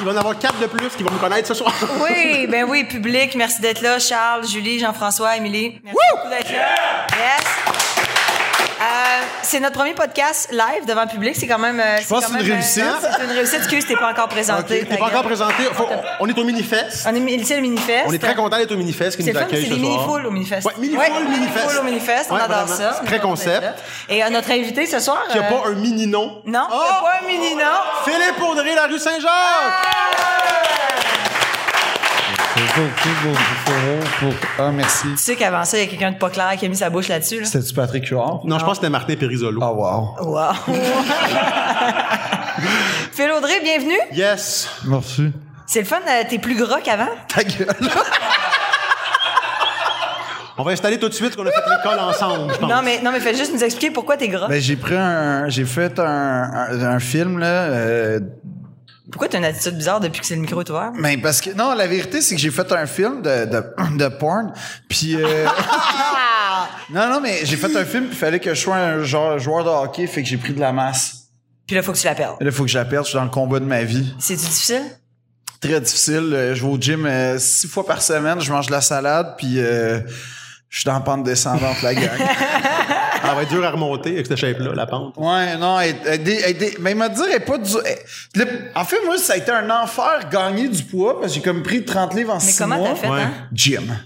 va en avoir quatre de plus qui vont me connaître ce soir. Oui, ben oui, public, merci d'être là. Charles, Julie, Jean-François, Émilie, merci beaucoup d'être là. Yes. Euh, c'est notre premier podcast live devant le public. C'est quand même. euh, c'est pense quand que c'est une même, euh, réussite. non, c'est une réussite. Excuse, t'es pas encore présenté. T'es pas encore ta gueule. présenté. Faut- on est au Minifest. On est mi- c'est le Minifest. On est très content d'être au Minifest qui C'est nous le fun, accueille c'est ce des mini-foules soir. au Minifest. Ouais, mini-foules, Minifest. mini-foules au Minifest, on Ouais, adore vraiment. ça. C'est On très adore concept. ça. Et euh, notre invité ce soir. Qui a euh, pas un mini-nom. Non, Oh! c'est pas un mini-nom. Philippe Audrey, la rue Saint-Jacques! Ah, merci. Tu sais qu'avant ça, il y a quelqu'un de pas clair qui a mis sa bouche là-dessus. Là. C'était-tu Patrick Huard? Non, je pense que c'était Martin Périsolo. Ah, wow. Wow. Phil Audrey, bienvenue. Yes! Merci. C'est le fun, euh, t'es plus gras qu'avant. Ta gueule! on va installer tout de suite qu'on a fait l'école ensemble, je pense. Non mais, non, mais fais juste nous expliquer pourquoi t'es gras. Ben, j'ai pris un. J'ai fait un, un, un film, là. euh, Pourquoi t'as une attitude bizarre depuis que c'est le micro est ouvert? mais ben, parce que. Non, la vérité, c'est que j'ai fait un film de, de, de porn. Puis. euh, non, non, mais j'ai fait un film, puis il fallait que je sois un genre, joueur de hockey, fait que j'ai pris de la masse. Puis là, faut que tu la perdes. Là, faut que je la perde, je suis dans le combat de ma vie. C'est-tu difficile? très difficile. Euh, Je vais au gym euh, six fois par semaine, je mange de la salade, puis euh, je suis dans la pente descendante, la gang. Ah, Elle va être dure à remonter avec cette shape-là, la pente. Ouais, non, elle- elle dé- elle dé- mais me dire, elle est pas du. elle- le- en fait, moi, ça a été un enfer gagner du poids, parce que j'ai comme pris 30 livres en Mais six mois. comment t'as fait, ouais. hein? Gym.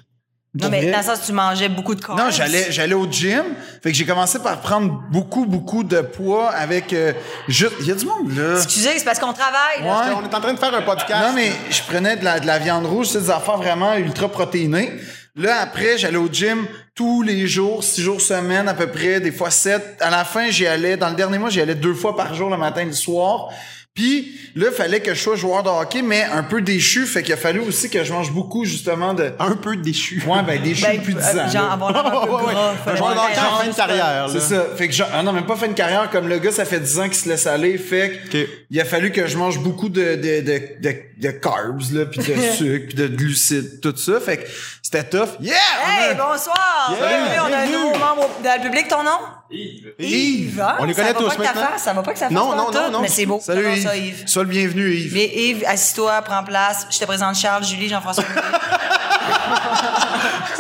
Non, mais dans le sens, tu mangeais beaucoup de corps. Non, j'allais, j'allais au gym. Fait que j'ai commencé par prendre beaucoup, beaucoup de poids avec euh, juste. Il y a du monde, là. Excusez, c'est parce qu'on travaille. là. Ouais. On est en train de faire un podcast. Non, mais je prenais de la, de la viande rouge, c'est des affaires vraiment ultra protéinées. Là, après, j'allais au gym tous les jours, six jours semaine à peu près, des fois sept. À la fin, j'y allais, dans le dernier mois, j'y allais deux fois par jour, le matin et le soir. Puis là, fallait que je sois joueur de hockey, mais un peu déchu, fait qu'il a fallu aussi que je mange beaucoup, justement, de... Un peu déchu. Ouais, ben déchu Ben, depuis euh, 10 ans. Genre, là. avoir l'air un peu Ouais, ouais, gras. ouais. fallait Un joueur avoir d'hockey en l'air fin de carrière. C'est là. ça. Fait que genre, ah non, même pas fait une carrière comme le gars, ça fait 10 ans qu'il se laisse aller. Fait que Ok. il a fallu que je mange beaucoup de, de, de, de, de carbs, là, puis de sucre, puis de glucides, tout ça. Fait que c'était tough. Yeah! Hey, on a- bonsoir! Bienvenue, on a un bienvenue. nouveau membre au- dans le public, ton nom? Yves. Ah, On les ça connaît va tous pas que ta maintenant. face, Ça va pas que ça fasse Non, pas non, tout, non, non. Mais c'est beau. Salut, J'adore Yves. ça, Yves. Sois le bienvenu, Yves. Mais Yves, assis-toi, prends place. Je te présente Charles, Julie, Jean-François.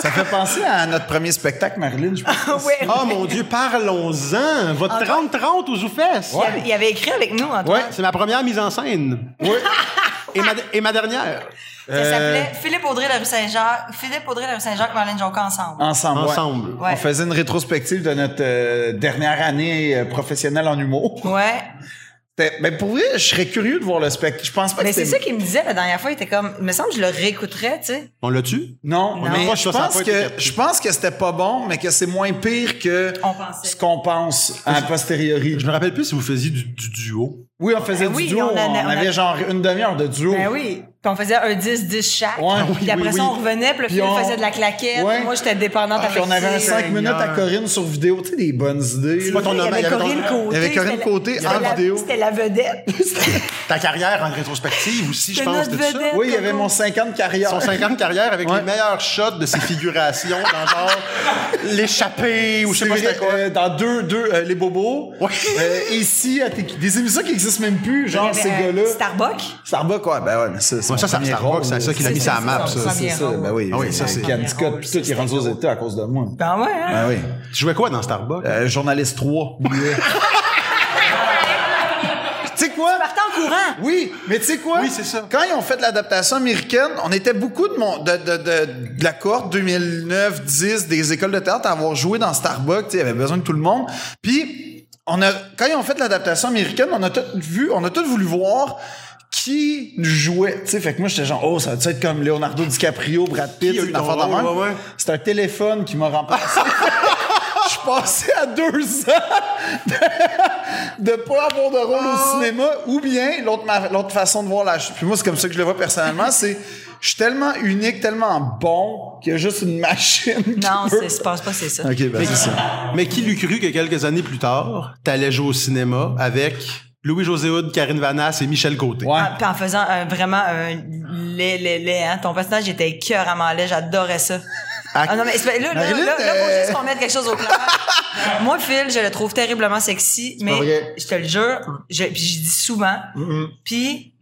Ça fait penser à notre premier spectacle, Marilyn, je pense. oui. Oh mon Dieu, parlons-en. Votre 30-30 aux oufesses. Il avait- Il avait écrit avec nous, Ouais, Antoine. c'est ma première mise en scène. Oui. et, ma, et ma dernière. Ça s'appelait Philippe Audrey, la rue Saint-Jacques. Philippe Audrey, la rue Saint-Jacques, Marlène Jonca ensemble. Ensemble. ouais. Ensemble. Ouais. On faisait une rétrospective de notre euh, dernière année euh, professionnelle en humour. Ouais. C'était- Ben, pour vrai, je serais curieux de voir le spectacle. Je pense pas Mais que Ben, c'est c'était- ça qu'il me disait la dernière fois. Il était comme, il me semble que je le réécouterais, tu sais. On l'a tu Non, Non. mais Moi, je ça, ça a pense pas été que capté. je pense que c'était pas bon, mais que c'est moins pire que On pensait. ce qu'on pense à posteriori. Je me rappelle plus si vous faisiez du, du duo. Oui, on faisait Ben oui, du duo, on on, en a- on a- avait genre une demi-heure de duo. Ben oui. Puis on faisait un 10-10 chaque. Ouais, oui, puis après oui, ça, oui. on revenait. Puis le Puis Phil on- faisait de la claquette. Ouais. puis Moi, j'étais dépendante Ah, puis avec on avait un 5 minutes à Corinne sur vidéo, tu sais des bonnes idées. pas là. ton Il y nom, avait il y avait ton- Corinne Côté. Il y avait Corinne c'était la- Côté c'était en la- vidéo. C'était la vedette. Ta carrière en rétrospective aussi, je C'est pense, notre de ça. vedette. Oui, il y avait mon 50 carrière. Son 50 carrière avec Ouais. les meilleurs shots de ses figurations dans genre l'échappée ou je sais C'est pas vrai, c'était quoi. euh, dans deux, deux euh, les bobos. Ouais. Euh, et ici, à tes- des émissions qui existent même plus, genre Il y ces avait, euh, gars-là. Starbucks. Starbucks, ouais, ben ouais, mais ça, c'est Ouais, mon ça, ça, premier Starbucks, rôle, c'est là. ça qu'il a mis C'est sa ça, map, c'est ça. ça. C'est ça, ben oui. Ah oui, ça, c'est- Candidate, puis tout, il est rendu aux États à cause de moi. Ben ouais, hein? Ben oui. Tu jouais quoi dans Starbucks? Euh, journaliste 3. tu sais quoi? Partant en courant. Oui, mais tu sais quoi? Oui, c'est ça. Quand ils ont fait l'adaptation américaine, on était beaucoup de, mon, de, de, de, de la cohorte 2009-10 des écoles de théâtre à avoir joué dans Starbucks. tu sais, Il y avait besoin de tout le monde. Puis, on a, quand ils ont fait l'adaptation américaine, on a tout vu, on a tout voulu voir qui jouait. Tu sais, fait que moi, j'étais genre, oh, ça va être comme Leonardo DiCaprio, Brad Pitt, Qui a eu une ton affaire de rôle, même? ouais, ouais. C'est un téléphone qui m'a remplacé. Je suis passé à deux ans de ne pas avoir de rôle Ah. au cinéma. Ou bien, l'autre ma- l'autre façon de voir la... ch- Puis moi, c'est comme ça que je le vois personnellement, c'est... Je suis tellement unique, tellement bon, qu'il y a juste une machine qui Non, peut- c'est- je pense pas que c'est ça. OK, ben c'est ça. Mais qui l'eût cru que quelques années plus tard, t'allais jouer au cinéma avec Louis-José Hood, Karine Vanasse et Michel Côté? Ouais. Ah, puis en faisant un- vraiment euh, un laid, laid, laid, hein. Ton personnage était cœur à m'enlait, j'adorais ça. Ah non, mais c'est pas- là, là, là, Marilyn, là, faut euh, juste qu'on mette quelque chose au clair. Moi, Phil, je le trouve terriblement sexy, mais pas vrai. Mm-hmm. je te le jure, je, puis je dis souvent, puis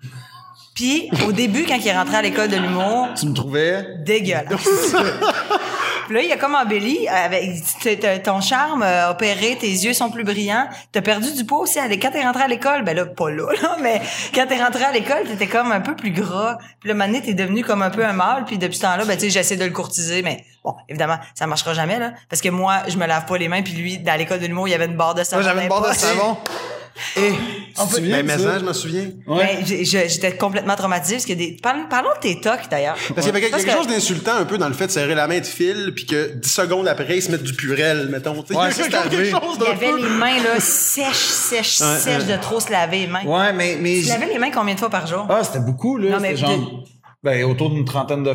Puis, au début, quand il est rentré à l'école de l'humour, Tu me trouvais. dégueulasse. Puis là, il y a comme embelli, avec t- t- ton charme euh, opéré, tes yeux sont plus brillants. T'as perdu du poids aussi. Allez, Quand t'es rentré à l'école, ben là, pas là, là, mais quand t'es rentré à l'école, t'étais comme un peu plus gras. Puis là, Mané, t'es devenu comme un peu un mâle. Puis depuis ce temps-là, ben tu sais, j'essaie de le courtiser, mais bon, évidemment, ça marchera jamais, là. Parce que moi, je me lave pas les mains. Puis lui, dans l'école de l'humour, il y avait une barre de savon. Moi, j'avais une dans les barre de poches. savon. Et. On peut- Ben, maintenant, je m'en souviens. Ouais. Ben, j'ai- j'ai- j'étais complètement traumatisée. Parce que des... Parlons parlons de tes tocs, d'ailleurs. Parce qu'il y avait quelque, Parce que- chose d'insultant un peu dans le fait de serrer la main de fil, puis que 10 secondes après, ils se mettent du purel, mettons. Tu sais, Ouais, il y ça, a c'est quelque arrivé. chose Il d'un avait peu- les mains là sèches, sèches, Ouais, sèches ouais. de trop se laver les mains. Ouais, mais. mais Tu lavais les mains combien de fois par jour? Ah, c'était beaucoup, là. Non, C'était mais genre. Ben, autour d'une trentaine de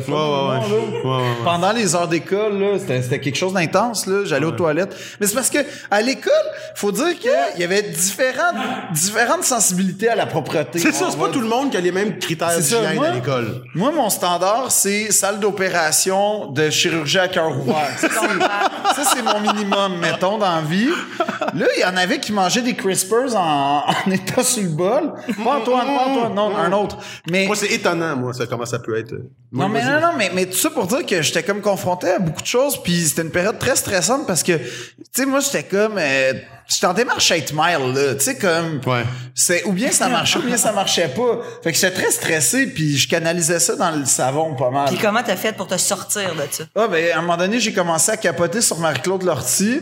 Ouais, fois. ouais, ouais. là. Ouais, ouais, ouais. Pendant les heures d'école, là, c'était c'était quelque chose d'intense. là. J'allais aux toilettes. Mais c'est parce que à l'école, faut dire qu'il y avait différentes, différentes sensibilités à la propreté. C'est ça, c'est On pas va- tout le monde qui a les mêmes critères C'est ça, d'hygiène moi. à l'école. Moi, mon standard, c'est salle d'opération de chirurgie à cœur ouvert. Ça, c'est- ça, c'est mon minimum, mettons, dans la vie. Là, il y en avait qui mangeaient des crispers en, en état sur le bol. Pas Antoine, pas Antoine, non, un autre. Mais, Moi, c'est étonnant, moi, ça, comment ça peut être. euh, moi, non, mais vas-y. non, non, mais, mais tout ça pour dire que j'étais comme confronté à beaucoup de choses, puis c'était une période très stressante parce que, tu sais, moi, j'étais comme... euh, J'étais en démarche 8 mile, là, tu sais, comme... Ouais. C'est ou bien ça marchait ou bien ça marchait pas. Fait que j'étais très stressé puis je canalisais ça dans le savon pas mal. Puis comment t'as fait pour te sortir de ça? Ah, ben, à un moment donné, j'ai commencé à capoter sur Marie-Claude Lortie.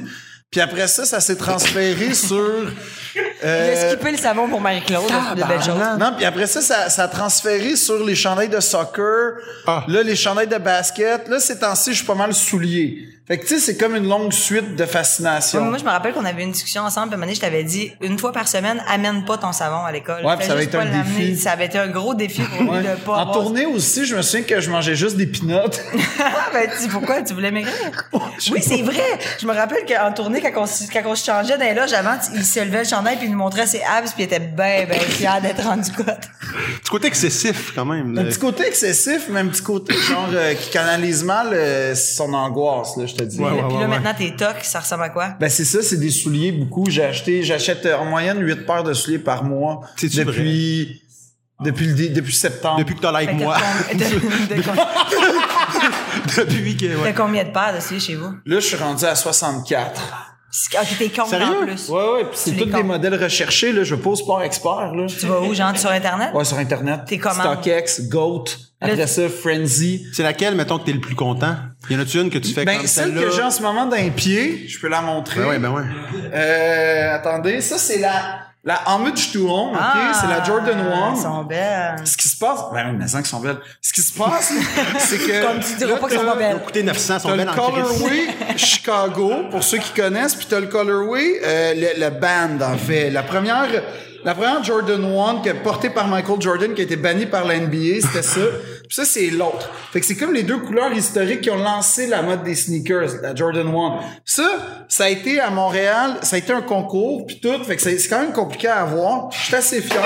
Puis après ça, ça s'est transféré sur. Il a euh, skippé le savon pour Marie-Claude, là, c'est de belles choses. Ah, ben, non, puis après ça, ça, ça a transféré sur les chandails de soccer, Ah. là, les chandails de basket. Là, ces temps-ci, je suis pas mal soulier. Fait que, tu sais, c'est comme une longue suite de Ouais, fascination. Moi, je me rappelle qu'on avait une discussion ensemble, puis à un moment donné, je t'avais dit, une fois par semaine, amène pas ton savon à l'école. Ouais, Fais puis ça avait juste été pas un l'amener. défi. Ça avait été un gros défi pour lui Ouais. de pas En avoir- tournée aussi, je me souviens que je mangeais juste des pinottes. Ah, ben, tu- pourquoi tu voulais maigrir? Oui, c'est vrai. Je me rappelle qu'en tournée, quand on, se- quand on se changeait dans les loges avant, tu- il se levait le chandail puis il nous montrait ses abs puis il était bien, bien fier d'être rendu compte. Petit côté excessif, quand même. un là. petit côté excessif, mais un petit côté genre euh, qui canalise mal euh, son angoisse, là, je te dis. Ouais, ouais, puis ouais, là, ouais. maintenant, tes tocs, ça ressemble à quoi? Ben c'est ça, c'est des souliers beaucoup. J'ai acheté, j'achète euh, en moyenne 8 paires de souliers par mois C'est-tu depuis depuis le dé- depuis septembre. Depuis que t'as l'air Fait avec que moi. t'as- t'as- t'as- t'as- Depuis que, T'as ouais. combien de paires de souliers chez vous? Là, je suis rendu à 64. Ah, puis t'es con en Sérieux? plus. Ouais ouais, puis c'est Tu les tous des comptes. modèles recherchés là, je veux pas au sport expert là. Tu vas où, genre, sur Internet? Ouais, sur internet. T'es comment? StockX, Goat, Là, après tu- ça Frenzy. C'est laquelle, mettons, que t'es le plus content? Y en a-tu une que tu fais Ben comme celle que j'ai en ce moment d'un pied, je peux la montrer. Ben ouais, ben ouais. Euh, attendez, ça c'est la la Homage to Home, OK, Ah, c'est la Jordan 1. Elles sont belles. Ce qui se passe, ben oui, mais elles sont belles. Ce qui se passe, c'est que Comme tu diras là, pas qu'elles sont t'as- pas belles. Coûter 900, Ben, T'as sont le belles en crise. colorway Chicago pour ceux qui connaissent, puis t'as le colorway euh, le, le band en fait. La première, la première Jordan 1 que portée par Michael Jordan qui a été bannie par la NBA, c'était ça. Puis ça c'est l'autre. Fait que c'est comme les deux couleurs historiques qui ont lancé la mode des sneakers, la Jordan 1. Ça, ça a été à Montréal, ça a été un concours puis tout. Fait que c'est c'est quand même compliqué à avoir. Je suis assez fier.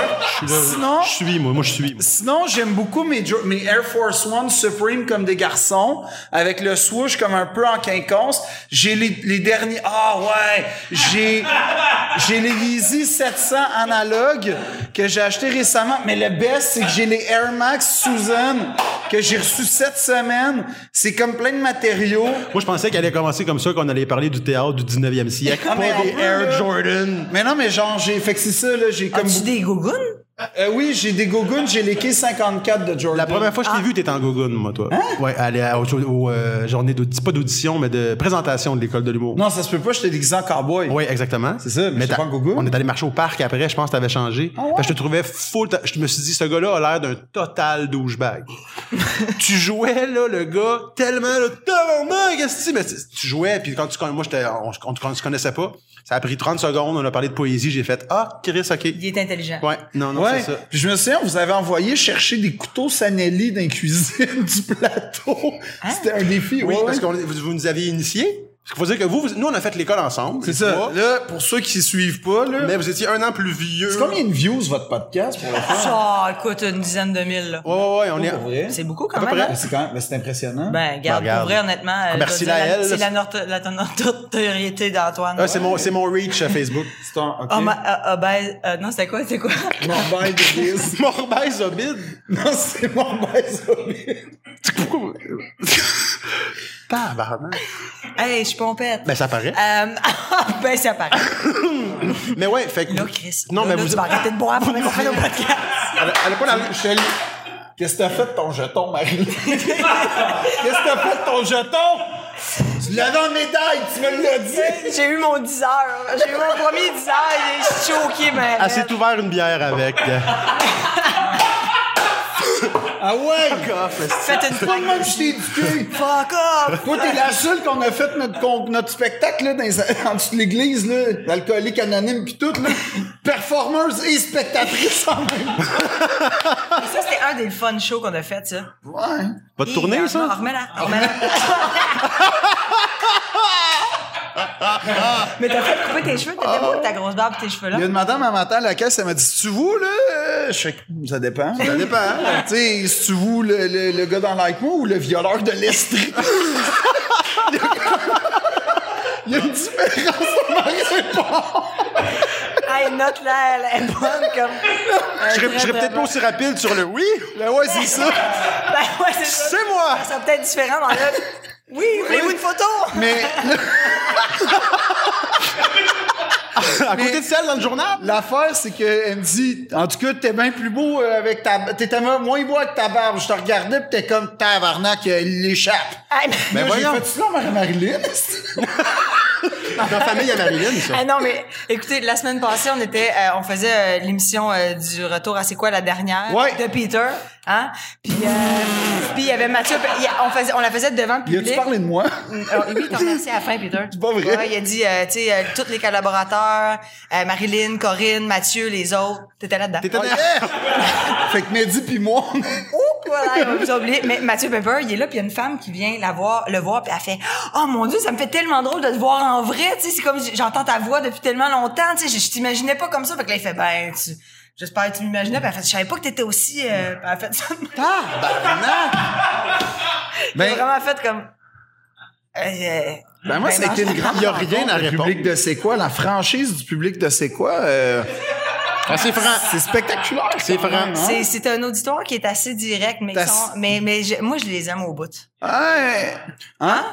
Sinon, Je suis, moi. Moi, je suis. moi. Sinon, j'aime beaucoup mes, jo- mes Air Force One Supreme comme des garçons, avec le swoosh comme un peu en quinconce. J'ai les, les derniers... Ah ouais! J'ai j'ai les Yeezy 700 analogues que j'ai acheté récemment. Mais le best, c'est que j'ai les Air Max Susan que j'ai reçus cette semaine. C'est comme plein de matériaux. Moi, je pensais qu'elle allait commencer comme ça, qu'on allait parler du théâtre du 19e siècle. Ah, mais pas on des peut, Air là. Jordan. Mais non, mais genre, j'ai... Fait que c'est ça, là, j'ai Ah, comme... As-tu des gougounes? Euh, oui, j'ai des gogoons, j'ai les K54 de Jordan. La première fois que je t'ai Ah. vu, t'étais en gogoune, moi, Hein? toi. Ouais, elle est à- au, au, euh, journée d'audi- pas d'audition, mais de présentation de l'école de l'humour. Non, ça se peut pas, je t'ai déguisé en cowboy. Oui, exactement. C'est ça, mais j'étais t'as- pas en gogoune. On est allé marcher au parc après, je pense que t'avais changé. Ah ouais? Fait que je te trouvais full. ta- Je me suis dit, ce gars-là a l'air d'un total douchebag. tu jouais, là, le gars, tellement, là, tellement, qu'est-ce que tu Mais c'est- tu jouais, puis quand tu connais, moi, j'étais- on, on, on se connaissait pas. Ça a pris 30 secondes, on a parlé de poésie, j'ai fait, ah, Chris, ok. Il est intelligent. Ouais, non, non, Ouais. c'est ça. Puis je me souviens, vous avez envoyé chercher des couteaux Sanelli dans la cuisine du plateau. C'était un défi. Hein? Oui, ouais, parce ouais. que vous, vous nous aviez initiés. Parce qu'il faut dire que vous, vous- nous, on a fait l'école ensemble. C'est les ça. trois, Là, pour ceux qui suivent pas, là. mais vous étiez un an plus vieux. C'est combien de views votre podcast pour le faire? Ça coûte une dizaine de mille, là. Ouais, ouais, ouais, on Oh, Pour est. vrai? C'est beaucoup quand À peu même. près. hein? Mais C'est quand même, mais c'est impressionnant. Ben, garde, regarde. pour vrai, honnêtement, euh, merci je dois dire, Laëlle. c'est la nor- la notoriété d'Antoine. Ah, c'est mon, c'est mon reach à Facebook. c'est un, ok. Oh, ma- euh, euh, ben, euh, non, c'était quoi, c'était quoi? Morbaix de Biz. Morbaix Zobid. Non, c'est Morbaix de Biz. Pourquoi? Tabarnak. hey, je suis pompette. Ben, ça paraît. Euh, ben, ça paraît. Mais ouais, fait que. Là, Chris. Non, là, mais là, vous. Tu vas arrêter de boire pendant qu'on fait le podcast. Elle, elle a pas la. Shelly, Qu'est-ce que t'as fait de ton jeton, Marie? Qu'est-ce que t'as fait de ton jeton? Tu l'avais en médaille, tu me l'as dit! J'ai eu mon 10 heures. J'ai eu mon premier 10 heures. et Je suis choquée, mais. Elle s'est ouvert une bière avec. Ah ouais! Faites une Pas fuck le même, je t'ai éduqué! Fuck off! Toi, t'es la seule qu'on a fait notre, con- notre spectacle là, dans les- en dessous de l'église, là, l'alcoolique anonyme puis tout, là, performeuse et spectatrice en même temps. Et Ça, c'était un des fun shows qu'on a fait, ça. Ouais. Pas de tournée, Non, ça? remets-la. remets-la. Mais t'as fait couper tes cheveux, t'étais beau avec ta grosse barbe et tes cheveux là. Il y a une madame à matin à la caisse, elle m'a dit, tu vous, là? Euh, Je sais que ça dépend. Ça dépend. hein. tu sais, si tu vous, le, le- le gars dans Like Moi ou le violeur de l'Estrie? Il y a une différence dans ma réponse. Hey, note là, elle est bonne comme. euh, Je serais, je serais peut-être pas bon. aussi rapide sur le oui. Ben ouais, c'est ça. Ben ouais, c'est ça. C'est moi! Ça sera peut-être différent dans le. Oui, voulez-vous une photo? Mais À côté de celle dans le journal? L'affaire, c'est qu'elle me dit, en tout cas, t'es bien plus beau euh, avec ta, t'étais mo- moins beau avec ta barbe. Je te regardais pis t'es comme tabarnak, euh, il l'échappe. Hey, mais- Ben Là, voyons. J'ai fait ça, Marie Marilyn. Dans la famille à Marilyn, ça. Ah non, mais écoutez, la semaine passée, on était, euh, on faisait euh, l'émission euh, du retour à c'est quoi la dernière Ouais. de Peter, hein Puis euh, puis il y avait Mathieu, il y a- on faisait, on la faisait devant le Il a-tu public. parlé de moi? Alors, lui, il t'a remercié à la fin, Peter. C'est pas vrai. il a dit, euh, tu sais, euh, tous les collaborateurs, euh, Marilyn, Corinne, Mathieu, les autres, t'étais là-dedans. T'étais Oh, yeah! fait que Mehdi pis moi, on- Ouh, voilà, on vous a oublié. Mais Mathieu Pepper, il est là, puis il y a une femme qui vient la voir, le voir, puis elle fait Oh mon Dieu, ça me fait tellement drôle de te voir en vrai. Tu sais, c'est comme j- j'entends ta voix depuis tellement longtemps. Tu sais, je, je t'imaginais pas comme ça. Fait que là, il fait Ben, tu. J'espère que tu m'imaginais. Puis elle fait Je savais pas que t'étais aussi. euh, Puis elle fait ça. de même. tabarnak! J'ai Ben, vraiment fait comme. Euh, euh, ben moi, ben, c'était non. une grande. Il y a rien à Le répondre. public de c'est quoi? La franchise du public de c'est quoi? euh, Ah, c'est franc. c'est spectaculaire. C'est quand franc. même, hein? C'est, c'est un auditoire qui est assez direct, mais, ils T'as- sont- mais, mais je- moi, je les aime au bout. Ouais. Hein?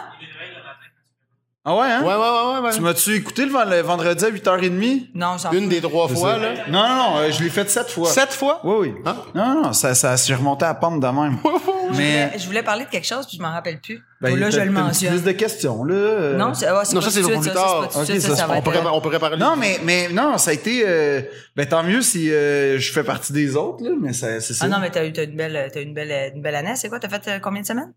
Ah ouais, hein? Ouais, ouais, ouais, ouais. Tu m'as-tu écouté le, ven- le vendredi à 8h30? Non, j'en ouais. Une des trois fois, C'est- là. Non, non, non, euh, je l'ai fait sept fois. Sept fois? Oui, oui. Hein? Non, non, ça, ça s'est remonté à pente de même. Mais. euh, Je voulais parler de quelque chose, puis je m'en rappelle plus. ben, là, t'as- je t'as le Une mentionne. petite liste de questions, là. euh. Non, c'est, ah, c'est Non, pas ça, c'est tout de pour suite, plus ça, c'est tard. pas tout de Ok, suite, ça, ça, c'est- ça va On être, pourrait, euh, on pourrait parler. Non, mais, mais non, ça a été. euh, ben, tant mieux si euh, je fais partie des autres, là, mais ça- c'est ça. Ah non, mais t'as eu t'as une belle, t'as une belle, une belle année. C'est quoi? T'as fait euh, combien de semaines?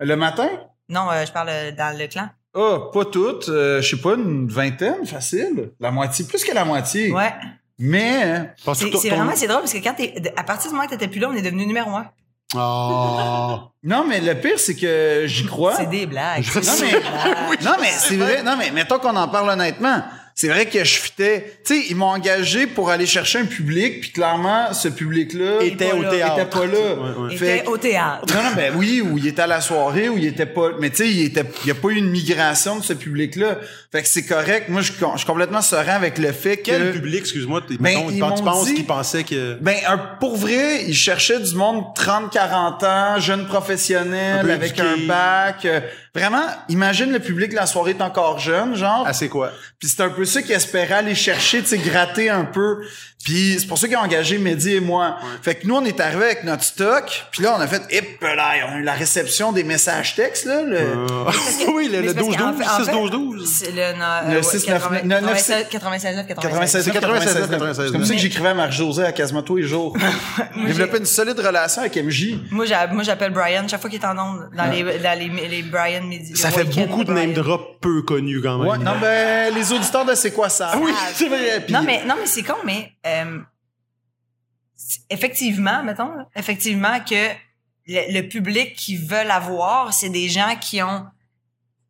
Le matin? Non, euh, je parle euh, dans le clan. Ah, pas toutes. euh, je sais pas, une vingtaine, facile. La moitié, plus que la moitié. Ouais. Mais. Parce que C'est ton- c'est ton- vraiment, c'est drôle parce que quand t'es, de- à partir du moment que t'étais plus là, on est devenu numéro un. Ah. Oh. Non, mais le pire, c'est que j'y crois. C'est des blagues. Je C'est sais. des blagues. Non, mais c'est vrai. Non, mais mettons qu'on en parle honnêtement. C'est vrai que je fitais. Tu sais, ils m'ont engagé pour aller chercher un public, puis clairement, ce public-là Il était pas au là. théâtre. était pas là. Ouais, ouais. Et Fait t'es que- au théâtre. Non, non, ben oui, ou il était à la soirée, ou il était pas. Mais tu sais, il était. Il y a pas eu une migration de ce public-là. Fait que c'est correct. Moi, je suis con- je suis complètement serein avec le fait que. Quel public, excuse-moi, t'es- Ben, mettons, ils quand m'ont tu penses dit- qu'ils pensaient que. Ben, un, pour vrai, ils cherchaient du monde 30-40 ans, jeune Un professionnel, peu avec éduqué. un bac. euh, vraiment, imagine le public, la soirée est encore jeune, genre. Ah, c'est quoi? Puis c'est un peu ça qu'ils espéraient aller chercher, tu sais, gratter un peu. Puis c'est pour ça qu'ils ont engagé Mehdi et moi. Fait que nous, on est arrivé avec notre stock. Puis là, on a fait, hip là, on a eu la réception des messages textes, là. le- Euh, oui, le Mais le c'est parce qu'en 12-12, fait- en fait, 6-12-12. C'est le, no- Le euh, ouais, 6, 80 9, 9, 96, 96, 96. 96, C'est 96, 96. C'est comme ça que Mais- j'écrivais à Marc-José à quasiment tous les jours. Développer une solide relation avec MJ. Moi, j'a- moi, j'appelle Brian chaque fois qu'il est en ondes dans les, dans les, les Brian midi. Ah. Ça les fait week-ends beaucoup de Brian. name drop peu connus quand même. Ouais, non, ben, les auditeurs de C'est quoi ça? Ah oui, Ah, c'est vrai. puis- Non, mais, non, mais c'est con, mais euh, c'est- effectivement, mettons, là, effectivement que le, le public qui veulent avoir, c'est des gens qui ont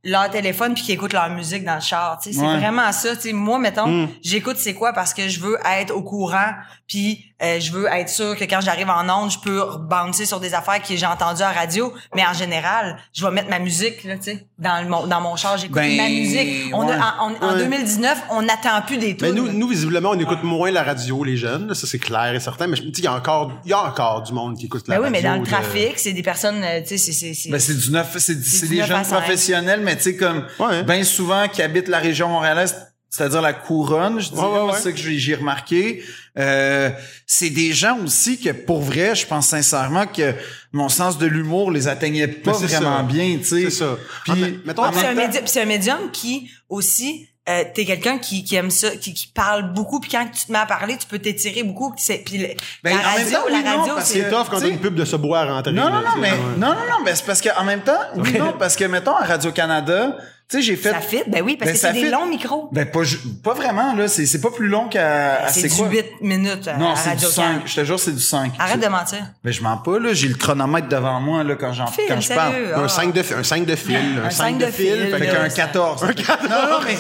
leur téléphone puis qui écoutent leur musique dans le char. tu sais. C'est Ouais. vraiment ça. tu sais. moi, mettons, Mm. j'écoute c'est quoi parce que je veux être au courant puis euh, je veux être sûr que quand j'arrive en onde, je peux bouncer sur des affaires que j'ai entendues à radio. Mais en général, je vais mettre ma musique là, tu sais, dans, le, mon- dans mon char. J'écoute Ben, ma musique. On a- ouais. en, en- en Ouais. 2019, on n'attend plus des Mais trucs. nous, nous, visiblement, on écoute moins la radio, les jeunes. là, Ça, c'est clair et certain. Mais je- tu sais, il y, a encore- il y a encore du monde qui écoute la Ben oui, radio. mais dans le de- trafic, c'est des personnes, euh, tu sais, c'est- c'est... c'est- Ben, c'est du neuf, c'est c'est du des neuf à jeunes cinq. professionnels, mais tu sais, comme, Ouais. bien souvent, qui habitent la région montréalaise, c'est-à-dire la couronne, je dirais, Ouais, ouais, moi, ouais. c'est ça que j'ai j'ai remarqué. Euh, c'est des gens aussi que, pour vrai, je pense sincèrement que mon sens de l'humour les atteignait pas Ben, c'est vraiment ça. bien, tu sais. C'est ça. En Puis, fait, mettons, en en Puis Ah, c'est un, même temps- médium, puis c'est un médium qui aussi euh, t'es quelqu'un qui, qui aime ça qui, qui parle beaucoup puis quand tu te mets à parler tu peux t'étirer beaucoup puis c'est puis le- la Ben, en même radio temps, oui, la non, radio parce C'est c'est que- tough quand tu t'as sais- une pub de se boire en Non, non, non, mais, non, non, non, mais c'est parce qu'en même temps, oui, Ouais. non, parce que, mettons, à Radio-Canada, tu sais, j'ai fait. ça fit ben oui parce Ben, que ça c'est des fit. longs micros Ben, pas, ju- pas vraiment, là. C'est c'est pas plus long qu'à. à Ben, c'est du Ben, quoi? 8 minutes euh, Non, à c'est du Ben, radio 5. Je te jure, c'est du 5. arrête de mentir Mais je mens pas, là. J'ai le chronomètre devant moi, là, quand, j'en, Phil, quand je sérieux. parle. Un 5 de, fi- un cinq de fil. Ah. Un Un cinq 5 de de fil. fil. fait Fait que- Ouais, qu'un ça- 14. Non, non, mais,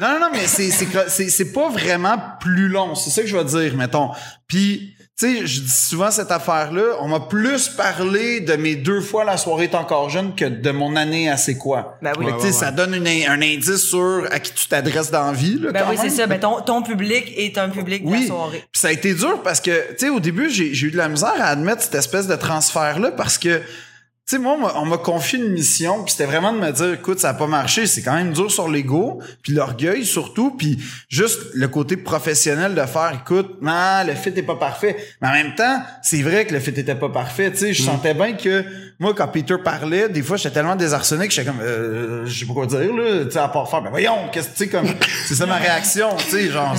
non, non, non, mais c'est, c'est, c'est, c'est pas vraiment plus long. C'est ça que je veux dire, mettons. Puis, tu sais, je dis souvent cette affaire-là. On m'a plus parlé de mes deux fois la soirée est encore jeune que de mon année à c'est quoi. Ben oui. Fait que, tu sais, Ouais, ouais, ça donne une in- un indice sur à qui tu t'adresses dans la vie, là, ben quand oui c'est même. ça ben ton, ton public est un public de la Oui. soirée Puis ça a été dur parce que, tu sais, au début, j'ai j'ai eu de la misère à admettre cette espèce de transfert-là parce que, tu sais, moi, on m'a- on m'a confié une mission, puis c'était vraiment de me dire, écoute, ça n'a pas marché, c'est quand même dur sur l'ego, puis l'orgueil surtout, puis juste le côté professionnel de faire, écoute, non, le fit n'est pas parfait. Mais en même temps, c'est vrai que le fit n'était pas parfait, tu sais, je sentais bien que, moi, quand Peter parlait, des fois, j'étais tellement désarçonné que j'étais comme, euh, je sais pas quoi dire, là, tu sais, à part faire, ben voyons, qu'est-ce que, tu sais, comme, c'est ça ma réaction, tu sais, genre...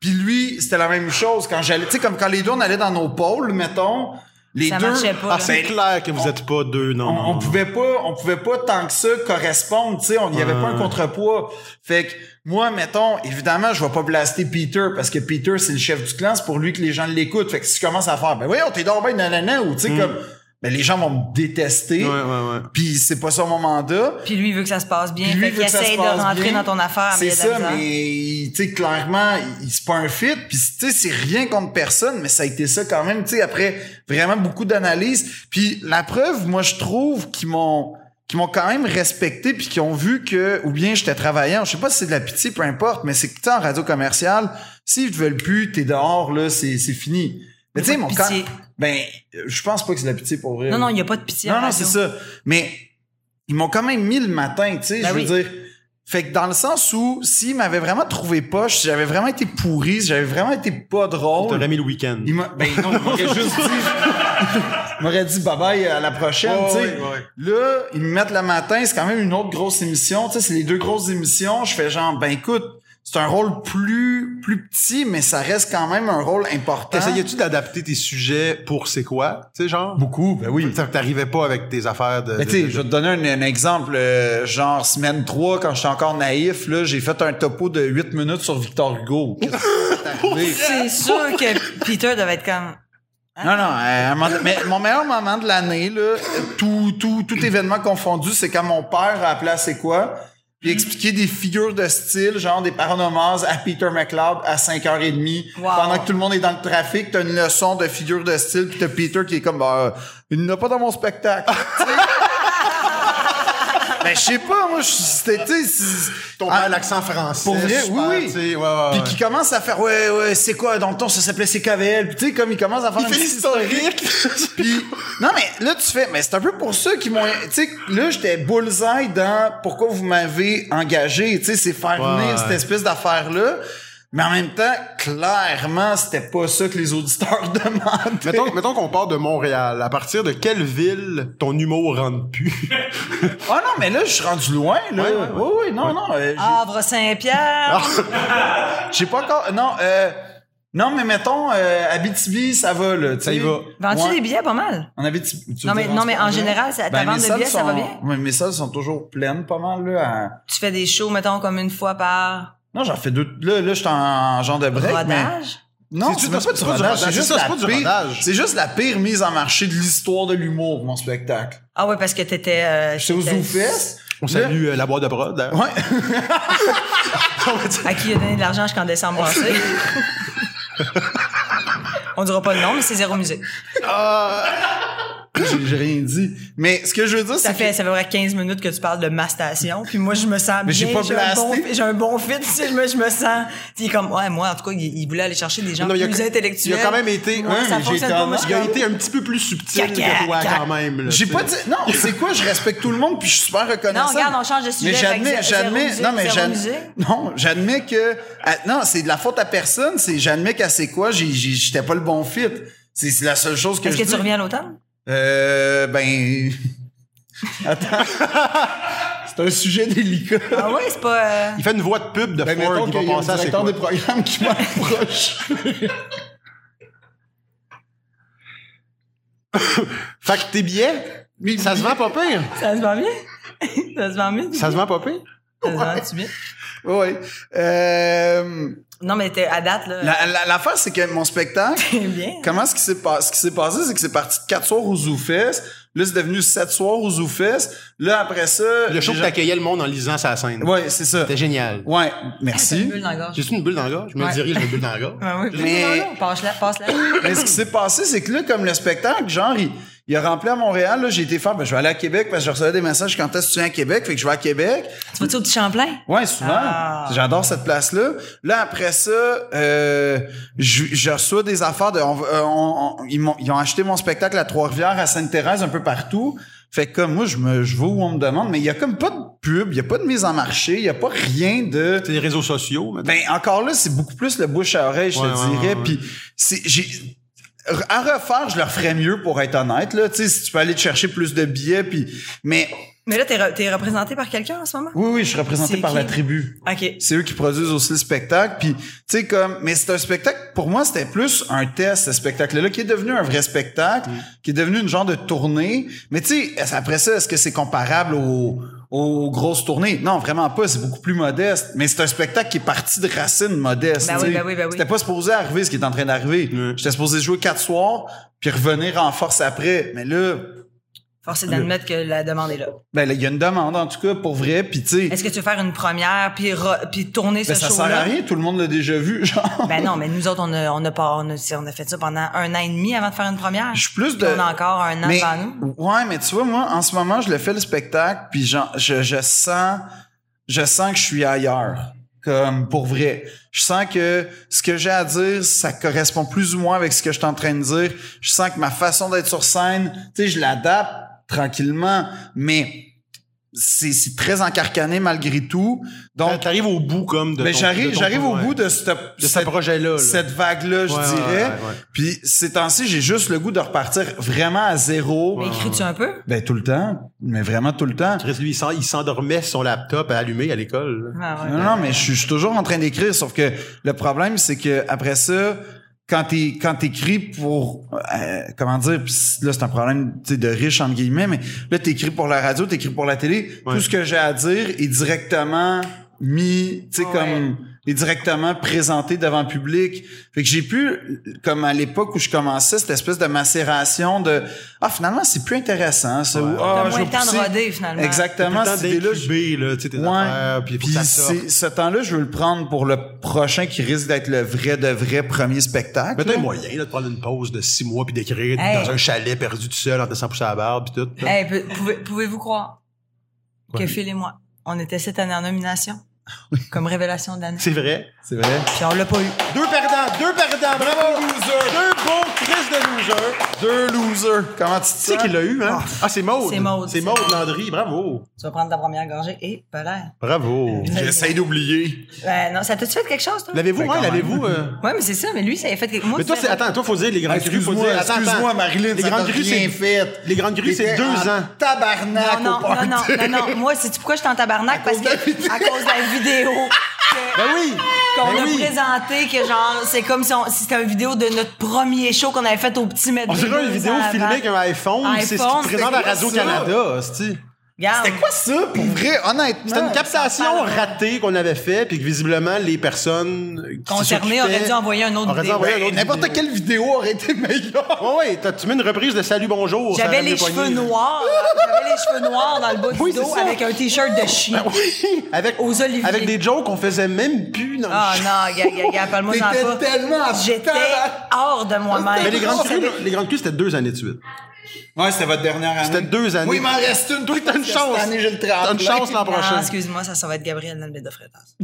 Puis lui, c'était la même chose quand j'allais, tu sais comme quand les deux on allait dans nos pôles, mettons, les Ça deux marchait pas, Ah, là. c'est Ben, clair que vous êtes pas deux, non. on, non, on non. pouvait pas on pouvait pas tant que ça correspondre, tu sais, on n'y avait pas un contrepoids. Fait que moi mettons, évidemment, je vais pas blaster Peter parce que Peter c'est le chef du clan, c'est pour lui que les gens l'écoutent. Fait que si je commence à faire ben voyons, t'es donc ben nanana ou tu sais comme ben les gens vont me détester. Mm. Ouais, ouais, ouais. Puis c'est pas ça mon mandat. puis lui il veut que ça se passe bien Puis lui, fait il qu'il veut que ça essaye se de passe rentrer bien. dans ton affaire mais il C'est y a de la ça, misère. mais tu sais, clairement, il- il- c'est pas un fit. Puis tu sais, c'est rien contre personne, mais ça a été ça quand même. Tu sais, après vraiment beaucoup d'analyses. Puis la preuve, moi, je trouve qu'ils m'ont qui m'ont quand même respecté puis qui ont vu que ou bien j'étais travaillant je sais pas si c'est de la pitié peu importe mais c'est que tu sais, en radio commerciale s'ils te veulent plus t'es dehors là c'est c'est fini mais tu sais Pas de mon camp- pitié. ben je pense pas que c'est de la pitié pour vrai non non il y a pas de pitié à non, la non, radio. c'est ça. Mais ils m'ont quand même mis le matin, tu sais, Ben je veux oui. dire. Fait que dans le sens où, s'ils m'avaient vraiment trouvé poche, si j'avais vraiment été pourri, si j'avais vraiment été pas drôle, T'aurais mis le week-end. ils m'a- ben non, ils m'auraient juste dit, ils m'auraient dit bye-bye à la prochaine, Ouais, tu sais. Oh, ouais, ouais. Là, ils me mettent le matin, c'est quand même une autre grosse émission, tu sais, c'est les deux grosses émissions, je fais genre, ben écoute, c'est un rôle plus, plus petit, mais ça reste quand même un rôle important. T'essayais-tu d'adapter tes sujets pour c'est quoi? Tu sais, genre? Beaucoup, ben oui. T'ar- T'arrivais pas avec tes affaires de. Mais de- tu sais, de- je vais te donner un, un exemple. euh, genre, semaine 3, quand j'étais encore naïf, là, j'ai fait un topo de 8 minutes sur Victor Hugo. Qu'est-ce qui m'est arrivé? c'est sûr que Peter devait être comme non, non. euh, un moment- mais mon meilleur moment de l'année, là, euh, tout, tout, tout événement confondu, c'est quand mon père a appelé à C'est quoi? Puis expliqué des figures de style, genre des paronomases à Peter McLeod à 5h30. Wow. Pendant que tout le monde est dans le trafic, t'as une leçon de figure de style, puis t'as Peter qui est comme, bah, il n'a pas dans mon spectacle. Tu sais? Ben, je sais pas, moi, je- c'était, tu sais, c'est- Ton Ah, père, l'accent français. Pour vrai, super, oui, oui. tu sais, ouais, ouais, Puis Ah ouais. qui commence à faire, ouais, ouais, c'est quoi, dans le temps, ça s'appelait CKVL. Puis tu sais, comme il commence à faire Il un fait petit l'historique. Puis, non, mais là, tu fais, mais c'est un peu pour ça qu'ils m'ont, tu sais, là, j'étais bullseye dans pourquoi vous m'avez engagé, tu sais, c'est faire Ouais. venir cette espèce d'affaire-là. Mais en même temps, clairement, c'était pas ça que les auditeurs demandaient. mettons mettons qu'on part de Montréal. À partir de quelle ville ton humour rentre plus? Ah non, mais là, je suis rendu loin, là. Ouais, Oui, ouais, oui, non, non. euh, j'ai- Ah! Havre Saint-Pierre Ah. J'ai pas encore. Non, euh, non, mais mettons, euh, Abitibi, ça va, là. Ça y va. vends-tu Ouais. des billets pas mal En Abitibi. tu Non, veux mais- dire, non, en- mais en général, ça- ta Ben, mes vente de salles billets, ça va sont- bien? Ouais, mes salles sont toujours pleines, pas mal, là. à- tu fais des shows, mettons, comme une fois par Non, j'en fais deux. Là, là, je suis en genre de break. Mais... rodage. Non, C'est-tu- c'est non, pas, du rodage. C'est c'est juste, ça, c'est la pas du pire- rodage. C'est juste la pire mise en marché de l'histoire de l'humour, mon spectacle. Ah ouais, parce que t'étais... Euh, J'étais aux t'étais- Zoufest. On salue euh, la boîte de prod. hein. Ouais. À qui il a donné de l'argent jusqu'en décembre Ah, passé. On dira pas le nom, mais c'est zéro musée. J'ai j'ai rien dit. Mais ce que je veux dire, Ça c'est fait, ça fait vrai 15 minutes que tu parles de ma station, puis moi, je me sens Mais j'ai bien. pas un bon, blasté. fi- j'ai un bon fit, tu sais, moi, je me sens. Tu sais, comme, ouais, moi, en tout cas, il, il voulait aller chercher des gens Non, il a- plus intellectuels. il a quand même été- Moi, ouais, ça mais j'ai fonctionne pas, moi, je Il a suis comme- été un petit peu plus subtil Caca, que toi, caca. quand même. là, J'ai tu pas sais. dit. Non, c'est quoi? Je respecte tout le monde puis je suis super reconnaissant. Non, regarde, on change de sujet, Mais fait que j'admets, zéro- j'admets. zéro Non, mais musée, zéro j'admets. Non, j'admets que. ah, non, c'est de la faute à personne. C'est j'admets qu'à c'est quoi? j'ai- j'ai- J'étais pas le bon fit. C'est c'est la seule chose que Est-ce je que tu dis. reviens à l'automne? Euh, ben. Attends. c'est un sujet délicat. Ah ouais, c'est pas. euh, Il fait une voix de pub de Ben, Ford mettons qui qu'il y a va un penser à c'est directeur quoi. des programmes qui m'approche. Fait que tes billets, ça se vend pas pire. Ça se vend bien? ça se vend bien? Ça se vend pas pire. Ça se vend-tu bien? oui. Euh, Non, mais t'es à date, là. la- la- L'affaire, c'est que mon spectacle, T'es bien. Comment ce qui s'est pas- ce qui s'est passé, c'est que c'est parti de 4 soirs aux Zoufest. Là, c'est devenu 7 soirs aux Zoufest. Là, après ça. Le show que les gens- t'accueillais le monde en lisant sa scène. Ouais, c'est ça. C'était génial. Ouais, C'est une merci. bulle dans la gorge. J'ai-tu une bulle dans le gorge? Je me Ouais. dirais, j'ai une bulle dans le gorge. Ouais, ouais, Mais- non, non, Passe-la, passe-la. Mais ce qui s'est passé, c'est que là, comme le spectacle, genre, il, il a rempli à Montréal. Là, j'ai été faire, ben, je vais aller à Québec parce que je recevais des messages quand est-ce que tu viens à Québec. Fait que je vais à Québec. tu vas-tu au petit Champlain? Ouais, souvent. Ah. J'adore cette place-là. Là, après ça, euh, je, je reçois des affaires de. on- euh, on- on- ils, m'ont- ils ont acheté mon spectacle à Trois-Rivières, à Sainte-Thérèse, un peu partout. Fait que comme moi, je me je vais où on me demande, mais il y a comme pas de pub, il y a pas de mise en marché, il y a pas rien de. C'est les réseaux sociaux. maintenant. Ben encore là, c'est beaucoup plus le bouche à oreille, je Ouais, te ouais, dirais. ouais, ouais. Puis c'est j'ai à refaire, je le referais mieux pour être honnête là. Tu sais, si tu peux aller te chercher plus de billets, puis mais Mais là, t'es, re- t'es représenté par quelqu'un en ce moment? oui, oui, je suis représenté C'est par qui? la tribu. OK. C'est eux qui produisent aussi le spectacle. Puis, tu sais, comme, mais c'est un spectacle, pour moi, c'était plus un test, ce spectacle-là, qui est devenu un vrai spectacle, Mm. qui est devenu une genre de tournée. Mais tu sais, après ça, est-ce que c'est comparable au- aux grosses tournées. Non, vraiment pas. C'est beaucoup plus modeste. Mais c'est un spectacle qui est parti de racines modestes. Ben oui, tu sais. ben oui, ben oui. C'était pas supposé arriver ce qui est en train d'arriver. Mm. J'étais supposé jouer quatre soirs, puis revenir en force après. Mais là, Forcé d'admettre que la demande est là. ben là, il y a une demande, en tout cas, pour vrai. Puis tu sais, Est-ce que tu veux faire une première puis, re- puis tourner ce ben, ça sert show-là? à rien. Tout le monde l'a déjà vu, genre. Ben non, mais nous autres, on a, on a, pas, on, a, on a fait ça pendant un an et demi avant de faire une première. Je suis plus Puis de. on a encore un an mais, devant nous. Ouais, mais tu vois, moi, en ce moment, je le fais le spectacle, puis j'en- je, je sens, je sens que je suis ailleurs. Comme pour vrai. Je sens que ce que j'ai à dire, ça correspond plus ou moins avec ce que je suis en train de dire. Je sens que ma façon d'être sur scène, tu sais, je l'adapte tranquillement, mais c'est c'est très encarcané malgré tout. Ben, Donc, T'arrives au bout comme de mais ton- j'arrive, de ton- j'arrive au ouais. bout de ce, de ce cette- projet-là. là. cette vague-là, je Ouais, ouais, dirais. ouais, ouais. Puis ces temps-ci, j'ai juste le goût de repartir vraiment à zéro. Mais écris-tu un peu? Ben tout le temps, mais vraiment tout le temps. Chris, lui, il s'en- il s'endormait sur son laptop à allumer à l'école. là. Ah, ouais. Non, non, mais je suis- je suis toujours en train d'écrire, sauf que le problème, c'est que après ça, quand t'es quand t'écris pour euh, comment dire, pis là c'est un problème tu sais, de riche entre guillemets, mais là t'écris pour la radio, t'écris pour la télé, Ouais. tout ce que j'ai à dire est directement mis, tu sais Ah Ouais. comme est directement présenté devant le public. Fait que j'ai pu, comme à l'époque où je commençais, cette espèce de macération de ah finalement c'est plus intéressant ça. Ouais. ou, Ah, T'as je moins vais le temps de pousser- roder, finalement. Exactement, Tout le temps cette idée-là, d'incuber, là, tu sais, tes Ouais. affaires, puis, faut que Puis ça sorte. c'est- ce temps-là, je veux le prendre pour le prochain qui risque d'être le vrai de vrai premier spectacle. Mais t'as là. un moyen là, de prendre une pause de six mois puis d'écrire Hey. dans un chalet perdu tout seul en te poussé à la barbe puis tout. là. Hey, Eh, pe- pouvez- pouvez-vous croire que Ouais. Phil et moi, on était cette année en nomination comme révélation de l'année? C'est vrai. C'est vrai. Puis on l'a pas eu. Deux perdants, deux perdants, bravo! Deux beaux Chris de losers. Deux losers. Comment tu te Tu sais sens? qui l'a eu, hein? Ah, c'est Maude. C'est Maude. C'est Maude Landry, bravo. Tu vas prendre ta première gorgée et polaire. Bravo. J'essaie d'oublier. Ben non, ça t'a-tu fait quelque chose, toi? L'avez-vous, Ben, ouais, quand l'avez-vous. euh, Ouais, mais c'est ça, mais lui, ça a fait quelque chose. Mais toi, c'est. Attends, toi, faut dire les grandes grues. faut Ah, Excuse-moi, dire- attends, excuse-moi, attends. Marilyn, Les ça t'a grandes grues, rien c'est. fait. Les grandes grues, c'est T'étais deux en ans. Tabarnak Non, non, non, au party. non, non, non. Moi, c'est pourquoi je suis en tabarnak? parce cause que, de la vidéo. à cause de la vidéo. que- Ben oui! Qu'on ben a oui. présenté que genre, c'est comme si, on- si c'était une vidéo de notre premier show qu'on avait fait au petit maître. On dirait une vidéo filmée avec un iPhone, c'est ce qui iPhone, te présente à c'est quoi ça? Radio-Canada, hostie. Regarde. C'était quoi ça, pour vrai, honnêtement? C'était une captation parle. ratée qu'on avait fait, puis que visiblement, les personnes qui Concerné s'occupaient- aurait dû envoyer un autre Aurait dû vidéo. envoyer un Ouais, autre N'importe vidéo. quelle vidéo aurait été meilleure. Ouais, ouais, t'as- tu mets une reprise de Salut Bonjour. ça J'avais ramène les poignées. cheveux noirs. hein. J'avais les cheveux noirs dans le bas Oui, du dos c'est ça. Ben avec un t-shirt de chien. Avec, Aux oliviers. avec des jokes qu'on faisait même plus dans le Ah show. non, gars, gars, gars, parle-moi en T'étais pas. tellement en J'étais tabarnak. hors de moi-même. Mais les grandes, Oh, crues, c'est- les grandes crues, c'était deux années de suite. Ouais, c'était votre dernière année. C'était deux années. Oui, il m'en reste une. Toi, T'as une chance. Cette année, j'ai le T'as une chance l'an Non, prochain. Ah, Bah, excuse-moi, ça, ça va être Gabriel dans le bed de frétance.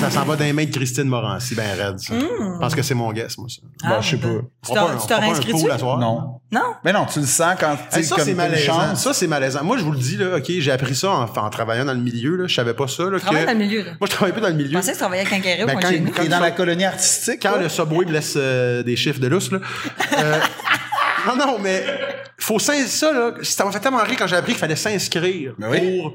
Ça s'en va dans les mains de Christine Morancy, ben raide, ça. Je pense que c'est mon guess, moi, ça. Hmm. Ah, je sais ben. pas. Tu On fera t'en- un- on Tu fera t'aurais pas un inscrit pool à soir. Non. Non? Mais non, tu le sens quand tu Hey, sais, ça, comme c'est t'as une malaisant. chance. Ça, c'est malaisant. Moi, je vous le dis, là, OK, j'ai appris ça en, en travaillant dans le milieu, là. Je savais pas ça, là. Travaille que- dans le milieu, là. Moi, je travaillais pas dans le Je milieu. pensais que tu travaillais avec un carré Ben, au coin quand- de chez nous. quand- T'es dans la colonie artistique. Quand toi? le Subway blesse euh, des chiffres de lousse, là. Euh, non, non, mais faut s'inscrire. Ça, là, ça m'a fait tellement rire quand j'ai appris qu'il fallait s'inscrire Ben oui. pour.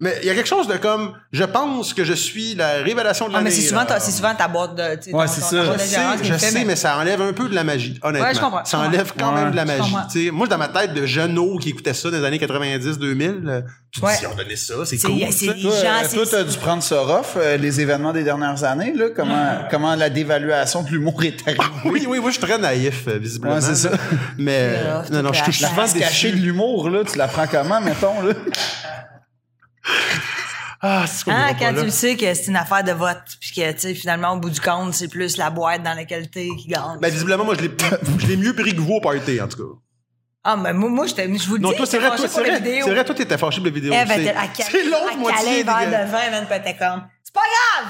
Mais il y a quelque chose de comme, je pense que je suis la révélation de Ah, l'année. mais c'est souvent, là. ta- c'est souvent ta boîte de. tu sais, Ouais, ton- c'est ton ça. argent Je de sais, gérance qui je le fait, sais, mais mais- ça enlève un peu de la magie, honnêtement. Ouais, je comprends, je Ça enlève comprends. quand même Ouais, de la je magie. comprends. tu sais. Moi, dans ma tête de jeuneau qui écoutait ça dans les années 90-2000, euh, tu te Ouais. dis, on donnait ça, c'est C'est- cool. c'est ça. des Toi, gens, euh, c'est- toi, t'as dû prendre ça rough, euh, les événements des dernières années, là, comment, comment la dévaluation de l'humour est arrivée. Oui, oui, moi, je suis très naïf, euh, visiblement. Ouais, c'est ça. Mais, euh, rough, non, non, je t'es touche la souvent Se cacher de déçu. l'humour, là, tu la prends comment, mettons, là? Ah, c'est ce qu'on Hein, dira pas, quand là. tu le sais que c'est une affaire de vote, puis que, tu sais, finalement, au bout du compte, c'est plus la boîte dans laquelle t'es qui gagne. Ben, visiblement, moi, je l'ai, je l'ai mieux pris que vous au party, en tout cas. ah, mais moi, moi j'étais- je vous le dis. Non, toi, c'est vrai, toi, j'étais c'est fâchée vrai, pour la vidéo. c'est vrai, toi, t'étais fâché pour la vidéo. Eh ben, c'est, t'es- à caler, c'est l'autre à moitié. caler des un verre gars. de vin, man, puis t'es comme, c'est pas grave!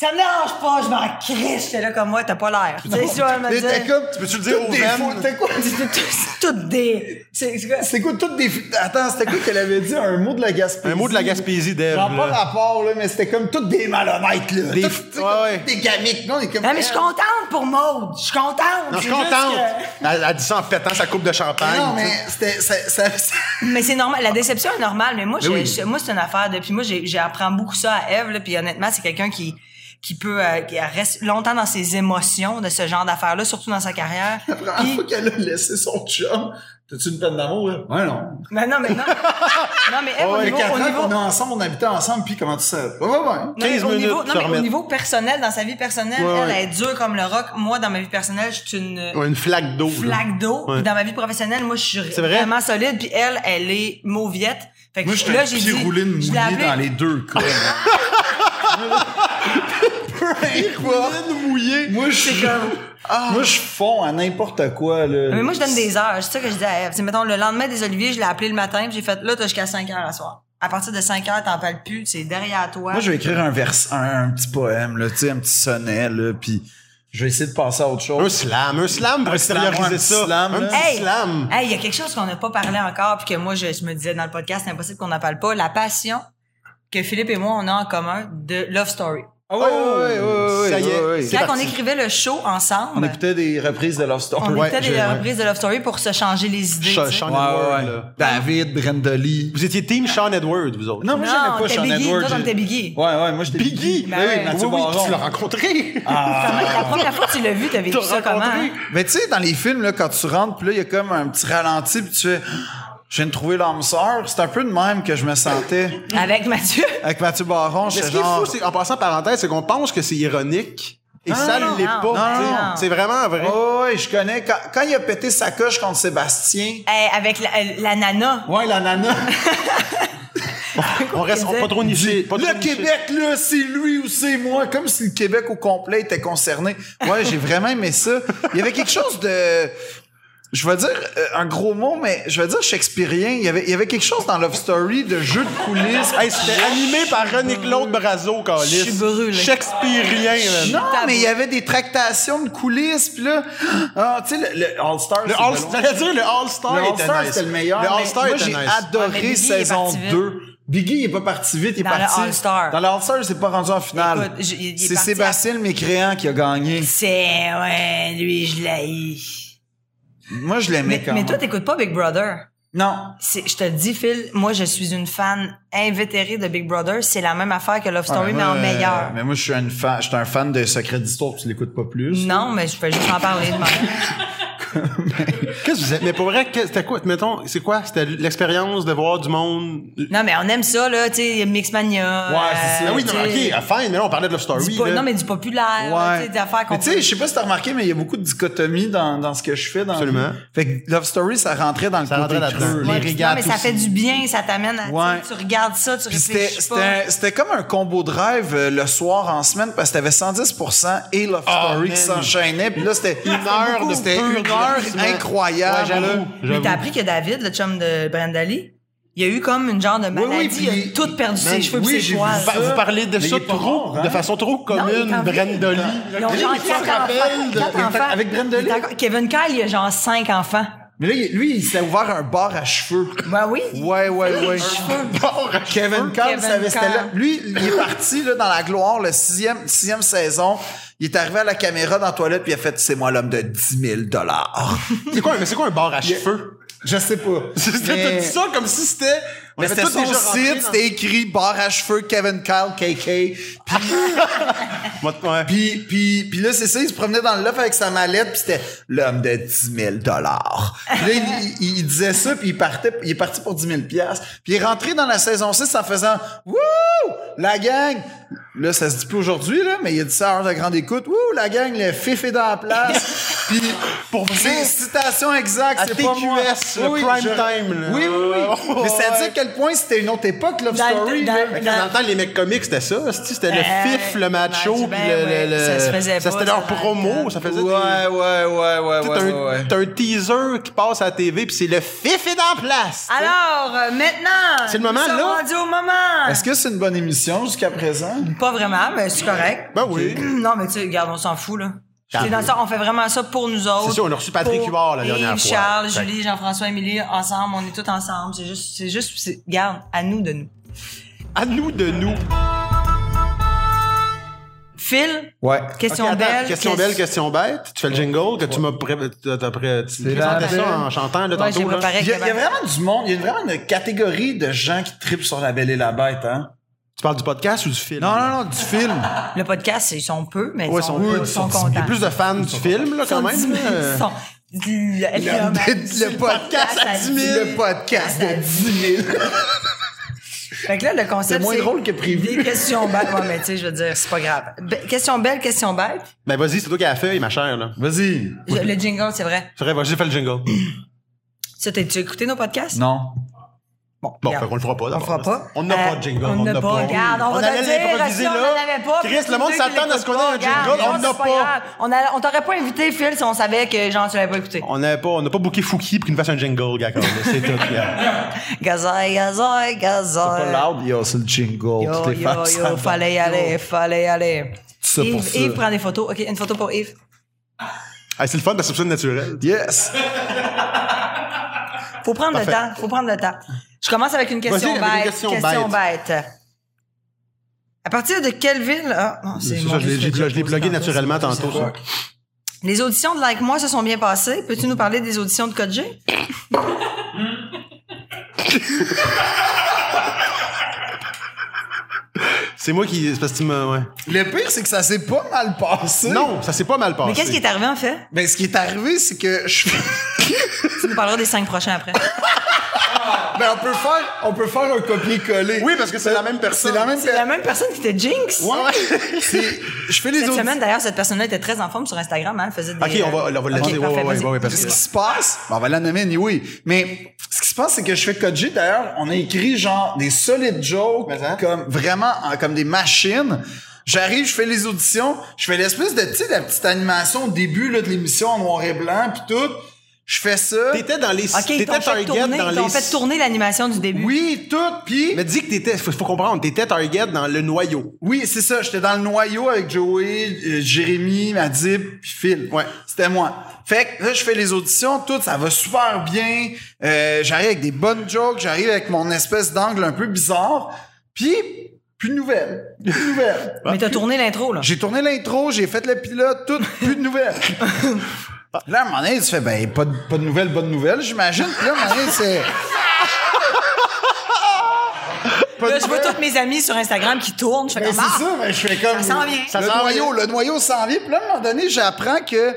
Ça me dérange pas, je m'en crisse, j'étais là comme moi, t'as pas l'air. Tu sais, tu vas me T'étais dire. comme, tu Peux-tu le dire dire aux faux, femmes? c'était quoi? C'est tout des. C'est c'est quoi? C'était quoi toutes des. Attends, c'était quoi qu'elle avait dit? Un mot de la Gaspésie. Un mot de la Gaspésie, Dave. Genre pas là. rapport, là, mais c'était comme toutes des malhonnêtes, là. Des- Toutes- tu sais, comme ouais, ouais. Des gamiques, non? Comme, Non, mais je suis contente pour Maude. Je suis contente. Non, je suis C'est juste contente. que- Elle, elle dit ça en pétant sa coupe de champagne. Non, tu sais. mais c'était. ça- ça- ça- Mais c'est normal. La déception est normale. Mais moi, Mais j'ai- oui. j'ai- moi c'est une affaire de. Puis moi, j'ai- j'apprends beaucoup ça à Eve. là, Puis honnêtement, c'est quelqu'un qui qui peut euh, qui reste longtemps dans ses émotions de ce genre d'affaires-là, surtout dans sa carrière. La Puis- première fois qu'elle a laissé son chum, t'as-tu une peine d'amour, hein? là? Ouais, non. mais non, mais non. non, mais Eve, Ouais, au Les niveau, quatre au ans niveau- qu'on est ensemble, on habitait ensemble, puis comment tu sais? Ouais, ouais, ouais. non, mais 15 au minutes, niveau, tu non, te mais remets. au niveau personnel, dans sa vie personnelle, Ouais, elle, ouais. elle est dure comme le rock. Moi, dans ma vie personnelle, je suis une Ouais, Une flaque d'eau. là. flaque d'eau. Ouais. Puis Dans ma vie professionnelle, moi, je suis vrai? vraiment solide. Puis elle, elle est mauviette. Fait que Moi, j'étais là, un j'ai pied dit- roulé de je l'ai mouillé appelée- dans les deux cas. Quoi? mouillé. Moi, je suis Moi, je fonds à n'importe quoi, là. Ah. Mais moi, je donne des heures. C'est ça que je dis à Eve. C'est, mettons, le lendemain des Oliviers, je l'ai appelé le matin, puis j'ai fait, là, t'as jusqu'à 5 heures à soir. À partir de 5 heures, t'en parles plus, c'est derrière toi. Moi, je vais écrire un vers, un, un petit poème, là, tu sais, un petit sonnet, là, puis je vais essayer de passer à autre Un chose. slam, un slam pour Un slam, ouais, extérioriser un ça. slam, hein? un là. petit Hey! slam. Hey, il y a quelque chose qu'on n'a pas parlé encore, puis que moi, je, je me disais dans le podcast, c'est impossible qu'on n'en parle pas. La passion que Philippe et moi, on a en commun de Love Story. Ah ouais, ouais, ouais, ouais, ça y est. ouais, ouais. C'est Quand parti. on écrivait le show On ensemble, écoutait des reprises de Love on Story. Ouais, écoutait je- des ouais. reprises de Love Story pour se changer les idées. Cha- tu sais. changer- Ouais, ouais, ouais. David, Brendoli. Vous étiez team Sean Edward, vous autres. Non, moi, j'aimais Non, pas t'es Sean Biggie. Edwards. Toi, t'es Biggie. Ouais, ouais, moi, j'étais Biggie! Ben Oui, ouais. oui, Mathieu oui, oui, Baron. Ah, puis tu l'as rencontré. Comment- La première fois que tu l'as vu, t'as vécu T'as ça comment? rencontré. hein? Mais tu sais, dans les films, là, quand tu rentres, puis là, il y a comme un petit ralenti, puis tu fais, je viens de trouver l'âme sœur. C'est un peu de même que je me sentais Avec Mathieu. avec Mathieu Baron. Mais Je ce qui est genre. fou, c'est en passant parenthèse, c'est qu'on pense que c'est ironique et ça non, l'est pas. non, non, tu sais. non. C'est vraiment vrai. Oh, ouais, je connais. Quand, quand il a pété sa coche contre Sébastien. Hey, Eh, avec la, euh, la nana. Oh, Ouais, la nana. on reste on- pas trop niché. pas trop Le niché. Québec, là, c'est lui ou c'est moi. Comme si le Québec au complet était concerné. Ouais, j'ai vraiment aimé ça. Il y avait quelque chose de. Je vais dire euh, un gros mot, mais je vais dire shakespearien. Il y avait, il y avait quelque chose dans Love Story de jeu de coulisses. Hey, c'était animé par René-Claude Brazo, Calis. Je suis brûlée. Shakespearien. là. Non, Tabou. mais il y avait des tractations de coulisses, puis là, ah, tu sais, le, le All-Star, Le c'est All- pas loin. J'allais dire le All-Star Le était All-Star, nice. c'était le meilleur. Le mais All-Star Moi, était j'ai nice. Ouais, Ah, mais adoré Biggie est saison parti vite. 2. Biggie, il est pas parti vite, il est Dans le parti. All-Star. Dans le All-Star, c'est pas rendu en finale. Écoute, je- il- il est C'est parti Sébastien le Mécréant qui a gagné. C'est, ouais, lui, je l'ai. Moi, je l'aimais Mais, quand mais même. toi, t'écoutes pas Big Brother. Non. C'est- Je te le dis, Phil, moi, je suis une fan invétérée de Big Brother. C'est la même affaire que Love Ah, Story, mais moi, en euh, meilleur. Mais moi, je suis un fan, je suis un fan de Secret d'Histoire, puis tu l'écoutes pas plus. Non, mais je fais juste en parler de moi. Qu'est-ce que vous avez- Mais pour vrai, que- c'était quoi? Mettons, c'est quoi? C'était l'expérience de voir du monde. Non, mais on aime ça, là, tu sais, Mixmania. Ouais, c'est Ah ça. euh, oui, non, tu sais, ok, ah, fine, mais là, on parlait de Love Story. du po- là. Non, mais du populaire, là, tu sais, des affaires qu'on Mais tu sais, je sais pas si t'as remarqué, mais il y a beaucoup de dichotomie dans, dans ce que je fais. Dans Absolument. Fait que Love Story, ça rentrait dans le Ça côté rentrait là-dedans. creux. les Ouais, là. puis régates Non, mais ça aussi. fait du bien, ça t'amène à. Ouais. Tu regardes ça, tu Puis c'était- réfléchis c'était pas. un- c'était comme un combo drive euh, le soir en semaine parce que t'avais 110% et Love Ah, Story man. qui s'enchaînait. Puis là, c'était une heure de C'était pur une heure divertissement. Ouais, incroyable. j'avoue. Mais j'avoue. t'as appris que David, le chum de Brandali, il y a eu comme une genre de maladie. puis- il a tout perdu Man, ses cheveux oui, et j'ai ses vu poils. Vous- Vous parlez de Mais ça il est pas trop, mort, hein? de façon trop Non, il est commune, en vie. Brandoli. Ils ont genre Oui, je me quatre enfants. rappelle de- quatre il est enfants. avec Brandali. Il est encore- Kevin Kyle, il a genre cinq enfants. Mais là, il- lui, il s'est ouvert un bar à cheveux. Ben oui. Ouais, ouais, ouais. Bon, Kevin Cobb, Kevin savait c'était Cobb. là. Lui, il est parti là, dans la gloire, le sixième, sixième saison. Il est arrivé à la caméra dans la toilette puis il a fait C'est moi l'homme de 10 000 C'est quoi, mais c'est quoi un bar à cheveux? Je sais pas. T'as dit ça comme si c'était. on Mais avait c'était tous son déjà rentré site, dans- c'était écrit bar à cheveux Kevin Kyle KK. Ah! Moi, ouais. Puis, puis, puis là, c'est ça, il se promenait dans le loft avec sa mallette, puis c'était l'homme de 10 000 Puis là, il, il- il disait ça, puis il partait, il est parti pour 10 000 Puis il est rentré dans la saison 6 en faisant « Wouh! La gang! » Là, ça se dit plus aujourd'hui, là, mais il a dit ça à heure de grande écoute. « Wouh! La gang, le fif est dans la place! » Puis, pour vrai, citation exacte, À c'est pas moi. TQS, le prime time, là. Oui, oui, oui. Mais ça dit Ouais. à quel point c'était une autre époque, Love Dans le- Story. dans- là. Fait que Dans le temps, les mecs comiques, c'était ça. hostie, C'était le Euh, fif, le macho, ben, puis le- ouais, le- le- ça se faisait Ça, pas, c'était leur ça, promo. ouais. Ça faisait Ouais, ouais, ouais, ouais, des. ouais, T'as ouais, ouais. un, t'as un teaser qui passe à la TV, puis c'est le fif est en place. Alors, euh, maintenant. C'est le moment, nous sommes là? rendus au moment. Est-ce que c'est une bonne émission jusqu'à présent? Pas vraiment, mais c'est correct. Ben oui. Non, mais tu sais, regarde, on s'en fout, là. Tant C'est dans mieux. ça, on fait vraiment ça pour nous autres. C'est ça, on a reçu Patrick Pour Huard la dernière Yves, fois. Charles, Fait que- Julie, Jean-François, Émilie, ensemble, on est tous ensemble. C'est juste, c'est juste, c'est- regarde, à nous de nous. À nous de nous. Phil, Ouais. question Ok, attends, belle. question quest- belle, question bête. Tu fais le jingle que tu m'as pré... t'as- t'as pré- tu me la présentais belle. ça en chantant là, Ouais, j'ai tantôt. là. préparé. Il y, a, il y a Kevin. vraiment du monde, il y a vraiment une catégorie de gens qui tripent sur la belle et la bête, hein? Tu parles du podcast ou du film? non, non, du film. Le podcast, ils sont peu, mais Ouais, ils sont, sont peu, ils ils sont Il y contents. a plus de fans du film, là, Ils quand sont même. 10 000, euh. ils sont- Le, le- Le, podcast à 10 000. Le podcast de 10 000. Fait que là, le concept, C'est moins drôle que prévu. Des questions bêtes. Ouais, mais tu sais, je veux dire, c'est pas grave. Be- question belle, question bête. Ben, vas-y, c'est toi qui as la feuille, ma chère, là. Vas-y. Je- le jingle, c'est vrai. C'est vrai, vas-y, fais le jingle. Ça, t'as- tu as écouté nos podcasts? Non. Bon, Regarde. fait qu'on le fera pas. On d'abord. le fera pas. On n'a Euh, pas de jingle. on n'a n'a pas. Regarde, on va te allait dire, l'improviser, si on là. en avait pas, Chris, le monde tous ceux qui s'attend à ce qu'on ait un l'écoutent pas, jingle. regarde, On n'a c'est grave. pas. On, a- on t'aurait pas invité, Phil, si on savait que, genre, tu l'avais pas écouté. On n'avait pas, on n'a pas booké Fouki pour qu'il nous fasse un jingle, gars, quand même, là. C'est tout, là. Gazaille, gazaille, gazaille. loud, yo, c'est le jingle. Yo, toutes les yo, femmes yo, s'entendent. fallait y aller, fallait y aller. Ça pour Yves, ça. Yves prend des photos. OK, une photo pour Yves. Ah, c'est le fun parce que c'est naturel. Yes. Faut prendre le Parfait. temps, faut prendre le temps. Je commence avec une question Vas-y, bête. avec une question bête. À partir de quelle ville... Ah, non, c'est C'est mon ça, je l'ai- Dieu, je l'ai- déjà je l'ai posé plugué tantôt, naturellement c'est mon Dieu, tantôt, c'est ça. Les auditions de Like Moi se sont bien passées. Peux-tu nous parler des auditions de Code G? C'est moi qui. C'est parce que tu m'as. ouais. Le pire, c'est que ça s'est pas mal passé. Non, ça s'est pas mal passé. Mais qu'est-ce qui est arrivé en fait? Mais ce qui est arrivé, c'est que je Tu nous parleras des cinq prochains après. Ben, on peut faire, on peut faire un copier-coller. Oui, parce que c'est la même personne. C'est la même C'est la personne. même personne qui était Jinx. Ah, Ouais, ouais. C'est- Je fais les Cette autres. semaine, d'ailleurs, cette personne-là était très en forme sur Instagram. Hein, elle faisait des, Ok, on va, on va le Ok, laisser. parfait, ouais, ouais, vas-y. ouais, parce ce que. qui se passe, ben, on va la nommer anyway, mais ce qui se passe, c'est que je fais Code G, d'ailleurs, on a écrit genre des solides jokes, Mais hein? comme vraiment en- comme des machines. J'arrive, je fais les auditions, je fais l'espèce de, tu sais, la petite animation au début là, de l'émission en noir et blanc, puis tout. Je fais ça. T'étais dans les. OK, ils t'étais t'ont fait target tourner, dans ils t'ont les. fait tourner l'animation du début. Oui, tout, puis... Mais dis que t'étais. Faut, faut comprendre, t'étais target dans le noyau. Oui, c'est ça. J'étais dans le noyau avec Joey, euh, Jérémy, Madib, puis Phil. Ouais. C'était moi. Fait que là, je fais les auditions, tout, ça va super bien. Euh, j'arrive avec des bonnes jokes, j'arrive avec mon espèce d'angle un peu bizarre. Puis, plus de nouvelles. Plus de nouvelles. Mais t'as tourné l'intro, là. J'ai tourné l'intro, j'ai fait le pilote, tout, plus de nouvelles. Là, à un moment donné, tu fais, ben, pas de, pas de nouvelles, bonnes nouvelles, j'imagine. Puis là, à un moment donné, c'est... Pas de Là, je vois nouvelles. toutes mes amis sur Instagram qui tournent. Je fais Ben, comme c'est ah! ça, ben, je fais comme. Ça s'en vient. Ça le s'en noyau, le noyau s'en vient. Puis là, à un moment donné, j'apprends que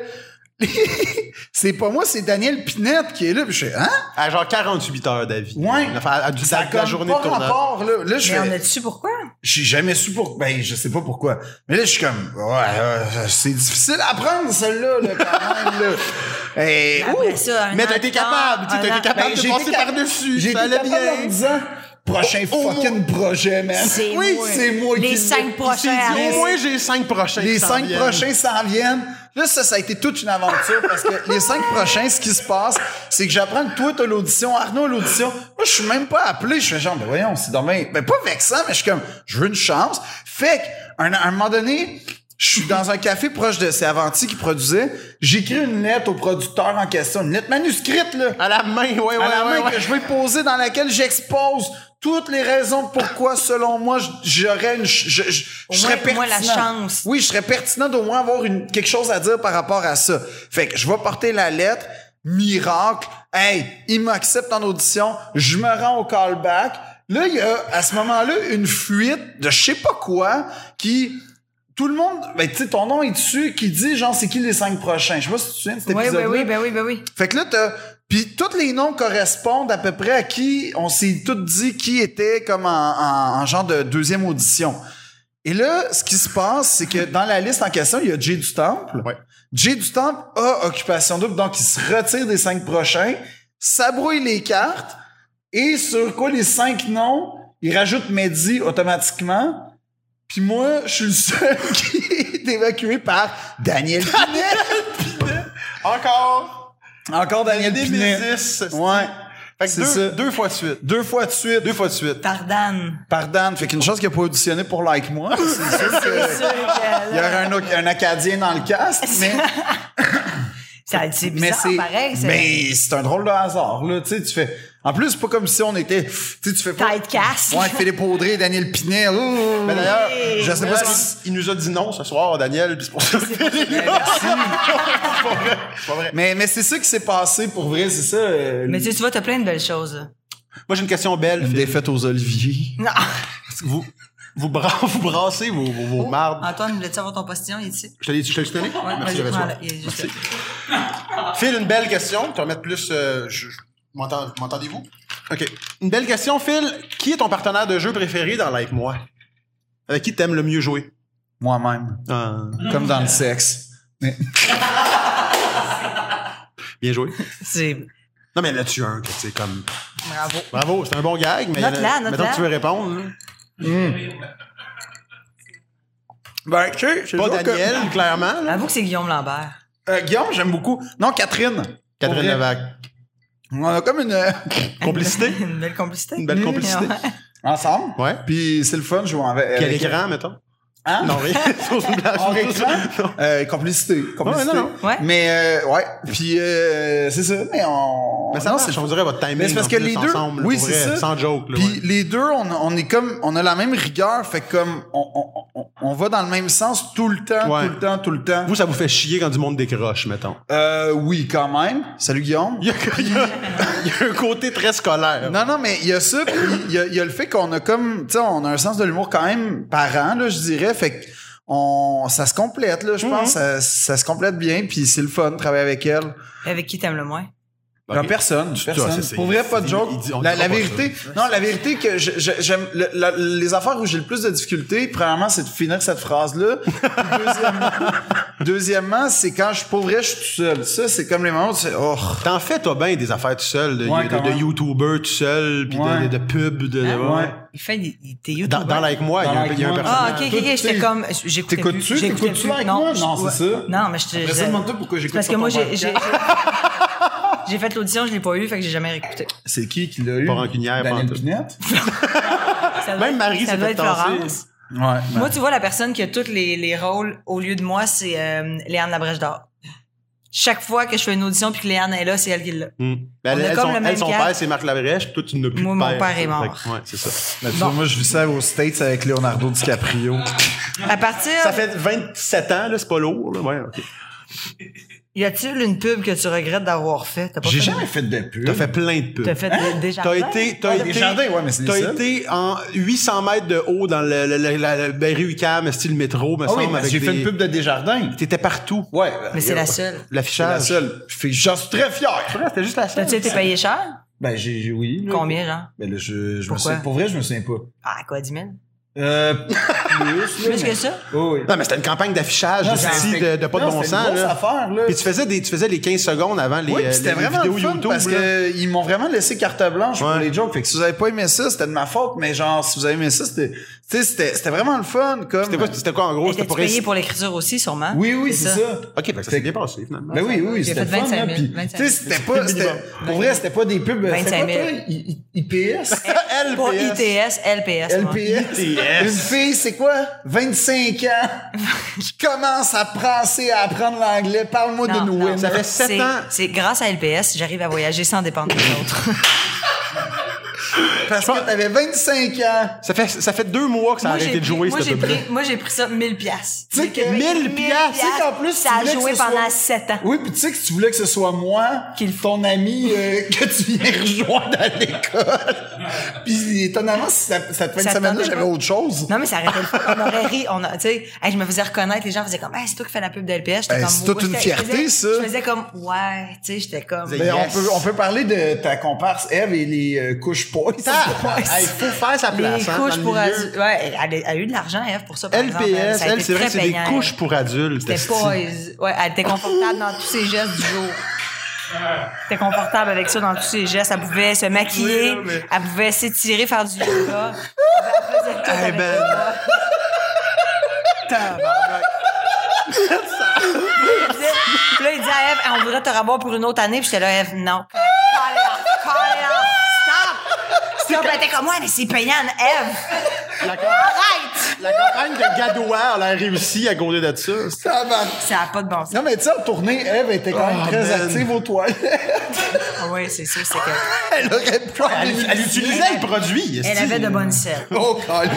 c'est pas moi, c'est Daniel Pinette qui est là. Puis je fais, hein? À genre 48 heures d'avis. Ouais. Enfin, à, à- à- Ça a la comme journée pas de tournage. rapport, là. Là, je Mais on fais- a-tu pourquoi? j'ai jamais su pour ben je sais pas pourquoi mais là je suis comme ouais euh, c'est difficile à prendre celle-là là, quand même là et Après ça, un Mais an t'as été de temps, capable, tu sais, un t'as an- été capable Ben, de j'ai passer été cap- par-dessus. j'ai Ça été allait capable en bien. me disant prochain Au- au fucking projet man C'est Oh, oui moi. c'est moi Les qui cinq l'ai- prochains qui s'est dit, arrivent. Au moins, j'ai cinq prochains. les qui s'en cinq viennent. prochains s'en viennent. Là, ça, ça a été toute une aventure parce que les cinq prochains, ce qui se passe, c'est que j'apprends que toi, t'as l'audition, Arnaud a l'audition. Moi, je suis même pas appelé. Je fais genre, ben voyons, c'est dommage. Ben pas vexant, mais je suis comme, je veux une chance. Fait qu'à un, à un moment donné, je suis dans un café proche de, c'est Avanti qui produisait. J'écris une lettre au producteur en question, une lettre manuscrite, là À la main, ouais, ouais, à la ouais, main ouais. que je vais poser dans laquelle j'expose toutes les raisons pourquoi, selon moi, j- j'aurais une, ch- je, je, Au je serais moins- au moins pertinent. la chance. Oui, je serais pertinent d'au moins avoir une, quelque chose à dire par rapport à ça. Fait que je vais porter la lettre. Miracle. Hey, il m'accepte en audition. Je me rends au callback. Là, il y a, à ce moment-là, une fuite de je sais pas quoi qui, tout le monde, ben, tu sais, ton nom est dessus, qui dit, genre, c'est qui les cinq prochains. Je sais pas si tu te souviens de cet Oui, oui, épisode-là. oui, ben oui, ben oui. Fait que là, t'as... Puis tous les noms correspondent à peu près à qui on s'est tout dit qui était comme en, en- en genre de deuxième audition. Et là, ce qui se passe, c'est que dans la liste en question, il y a Jay du Temple. Ouais. Jay du Temple a occupation double, donc il se retire des cinq prochains, s'abrouille les cartes, et sur quoi les cinq noms, il rajoute Mehdi automatiquement. Puis moi, je suis le seul qui est évacué par Daniel Pinet. Encore. Encore Daniel Des Pinet. mésis. Ouais. Fait que C'est deux, ça. deux fois de suite. Deux fois de suite. Deux fois de suite. Par Dan. Par Dan. Fait qu'une chose qu'il n'a pas auditionné pour Like Moi. C'est sûr C'est que- sûr que Il y là, aurait un, Oc- un Acadien dans le cast, mais, ça- c'est mais bizarre, c'est. pareil. c'est- Mais c'est un drôle de hasard, là. Tu sais, tu fais. En plus, c'est pas comme si on était. Tu sais, tu fais pas. Typecast. Ouais, Philippe Audrey, Daniel Pinet. ouh. Mais d'ailleurs, Oui. je sais pas d'ailleurs, si. il il nous a dit non ce soir, Daniel, puis c'est pour ça que C'est pas vrai. C'est pas vrai. Mais, mais c'est ça qui s'est passé pour vrai, c'est ça. euh, Mais tu sais, tu vois, t'as plein de belles choses. Moi, j'ai une question belle. une Phil. défaite aux Oliviers. Non. Est-ce que Vous, vous, bra- vous brassez vos, vos, vos mardes. Antoine, voulais-tu avoir ton postillon? Il est ici. Je te l'ai dit, je te l'ai donné? Ouais, Merci, vas-y, Réseau. prends-le. Il est juste là. Phil, une belle question. Tu vas mettre plus. euh, je- je- m'entends- M'entendez-vous? OK. Une belle question, Phil. Qui est ton partenaire de jeu préféré dans Like Moi? Avec qui t'aimes le mieux jouer? Moi-même. Ah, Comme dans le sexe. Mais- bien joué. C'est... Non, mais là-dessus, un, que c'est comme. Bravo. Bravo, c'est un bon gag, mais. Note-la, il y en a- note-la. Mettons que tu veux répondre. hein. là. Ben, tu sais, c'est toujours Pas que- Daniel, clairement. là. Avoue que c'est Guillaume Lambert. Euh, Guillaume, j'aime beaucoup. Non, Catherine. Catherine Pour vrai. Levac. On a comme une. euh, Complicité? Une belle complicité. Une belle complicité. Ouais. Ensemble. Ouais. Puis c'est le fun de jouer avec. Puis à avec- l'écran, mettons. Hein? Non, rien. Sur une blague. Hors écran? Euh, complicité. complicité. non, non. Ouais. Mais, euh, ouais. Puis, euh, c'est ça. Mais on. Mais ça non, marche, c'est- on dirait votre timing. Mais c'est parce en que plus, les deux. ensemble, oui, pour c'est vrai, ça. Sans joke, là. Puis ouais. les deux, on, on est comme. On a la même rigueur. Fait que comme. On, on- on- on va dans le même sens tout le temps, Ouais. tout le temps, tout le temps. Vous, ça vous fait chier quand du monde décroche, mettons. Euh, oui, quand même. Salut, Guillaume. Il y a, il y a- il y a un côté très scolaire. Non, non, mais il y a ça, puis il y a, il y a le fait qu'on a comme, tu sais, on a un sens de l'humour quand même parent, là, je dirais, fait que on, ça se complète, là, je pense, Mhm. ça, ça se complète bien, puis c'est le fun de travailler avec elle. Avec qui t'aimes le moins? Ok. Genre personne, personne. Ben, c'est- c'est- Pour vrai, pas de il- joke. il dit- on la, dira la pas vérité, non, la vérité que je- je- j'aime, le- la- les affaires où j'ai le plus de difficultés, premièrement, c'est de finir cette phrase-là. Puis deuxièmement, deuxièmement, c'est quand je, pour vrai, je suis tout seul. Ça, c'est comme les moments où tu fais, oh. T'en fais, toi, bien des affaires tout seul, de, Ouais, de, quand de même. YouTuber tout seul, puis de- Ouais. Ah, de, de pub, de. Hein? ouais. Il fait des, des- des YouTube. Dans, dans Like Moi, il y a un- il y a un Dans Like Moi. personnage. Ah, ok, ok, ok. J'étais T'écoutes-tu? comme. j'écoutais plus, T'écoutes-tu? j'écoutais T'écoutes-tu plus. Like Moi? Non, je- c'est ça. Non, mais je te. Après ça, je- demande-toi pourquoi j'écoute Parce pas que moi, ton j'ai. podcast. J'ai j'ai fait l'audition, je l'ai pas eu, fait que j'ai jamais réécouté. C'est qui qui l'a eu? Pas rancunière, pas en Daniel tout. Pinette? Ça doit Même être- Marie ça s'est doit fait être tasser. Florence. Ouais. ben- Moi, tu vois, la personne qui a tous les, les rôles au lieu de moi, c'est euh, Léane Labrèche d'Or. Chaque fois que je fais une audition puis que Léane est là, c'est elle qui l'a. Hmm. Ben, On elle, a elle, comme son, le elle, même son cadre. père, c'est Marc Labrèche, puis toi, tu n'as plus Moi, de mon père. père est mort. Fait que, Ouais, c'est ça. Ben, tu vois, moi, je vis ça aux States avec Leonardo DiCaprio. À partir. Ça fait 27 ans, là, c'est pas lourd, là. Ouais, ok. Y a-t-il une pub que tu regrettes d'avoir faite? T'as pas J'ai fait- jamais fait de pub. T'as fait plein de pubs. T'as fait des jardins? T'as été, t'as Ah, été, des jardins, ouais, mais c'est les t'as seuls. été en 800 mètres de haut dans le, le, le- la- la- ben, rue UQAM, style métro, me Ah oui, semble. mais avec j'ai fait des- une pub de Desjardins. T'étais partout. Ouais. Mais c'est la seule. C'est la L'affichage. seule. Je fais- J'en suis très fier. C'était juste la seule. T'as-tu été payé cher? Ben, j'ai, j'ai- oui. là. Combien, genre? Ben, là, je, je me Pourquoi? souviens, pour vrai, je me souviens pas. Ah, quoi, 10 000? Oh, Euh, plus, là, Plus que mais- ça? Oh, oui. Ah, Non, mais c'était une campagne d'affichage aussi Ah, de, de pas de non, bon c'était sens. Une grosse là. affaire, là. Puis tu faisais, des, tu faisais les 15 secondes avant les, Oui, euh, puis c'était les vraiment vidéos le fun YouTube. parce là. que ils m'ont vraiment laissé carte blanche pour Ouais. les jokes. Fait que si vous avez pas aimé ça, c'était de ma faute. Mais genre, si vous avez aimé ça, c'était, tu sais, c'était, c'était vraiment le fun. Comme. C'était quoi, c'était quoi en gros? T'as-tu C'était pour payé essayer- pour l'écriture aussi, sûrement? Oui, oui, c'est ça. Ok, fait que ça s'est bien passé finalement. Ben oui, oui, J'ai c'était fait le fun, 25 là, 000, puis, 25 tu sais, 000. c'était pas, c'était- pour vrai, c'était pas des pubs, c'était 25 quoi, 000. toi? I- I- IPS? Pas LPS? ITS, LPS. moi. LPS. ITS. Une fille, c'est quoi? 25 ans, qui commence à penser à apprendre l'anglais. Parle-moi Non, d'une non, win. Ça fait sept C'est- ans. C'est grâce à LPS, j'arrive à voyager sans dépendre des autres. Parce que t'avais 25 ans. Ça fait, ça fait deux mois que ça a Moi, arrêté j'ai de pris- jouer, moi, cette j'ai pub-là. pris, moi, j'ai pris ça 1000 piastres. Tu sais que 1000 piastres, tu sais qu'en plus, ça tu a voulais que joué ce soit- pendant 7 ans. Oui, puis tu sais que si tu voulais que ce soit moi, Qu'il- ton ami euh, que tu viens rejoindre à l'école. puis étonnamment, si ça- cette fin de Ça semaine-là, tentait j'avais pas. autre chose. Non, mais ça arrêtait le fun. On aurait ri. On a, tu sais, hey, je me faisais reconnaître. Les gens faisaient comme, hey, c'est toi qui fais la pub d'LPS. Ben, J'étais comme, c'est toute ouais, une j'étais- je fierté, faisais- ça. Je faisais comme, ouais, tu sais, j'étais comme. Vous Ben, Yes. on, peut, on peut parler de ta comparse Eve et les euh, couches poids. Ah, Il faut faire sa Les place. hein, dans couches le pour milieu. adultes. Ouais, elle, elle a eu de l'argent, Eve, pour ça. Par exemple. hein, LPS, Ça a elle, été c'est vrai très que c'est des payant. couches pour adultes. C'était esti. poise. euh, Ouais, elle était confortable dans tous ses gestes du jour. Elle était confortable avec ça dans tous ses gestes. Elle pouvait se maquiller, elle pouvait s'étirer, faire du yoga. Elle faisait tout Eh avec ben. ça. Tabarnak. Il disait- Puis là, il disait à Eve, Hey, on voudrait te revoir pour une autre année. Puis j'étais là, Eve, non. Call it off, call it off, stop. Stop, elle était comme moi, mais c'est payant, Eve. La campagne- Arrête! la campagne de Gadouard, elle a réussi à gauder de ça. esti. Ça va. Ça n'a pas de bon sens. Non, mais tu sais, en tournée, Eve était quand même Oh, très man. active aux toilettes. Ah ouais, c'est sûr, c'est que. Elle aurait pu en Elle, elle bénéficier. utilisait le produit. esti. Elle avait de bonnes selles. Oh, calé.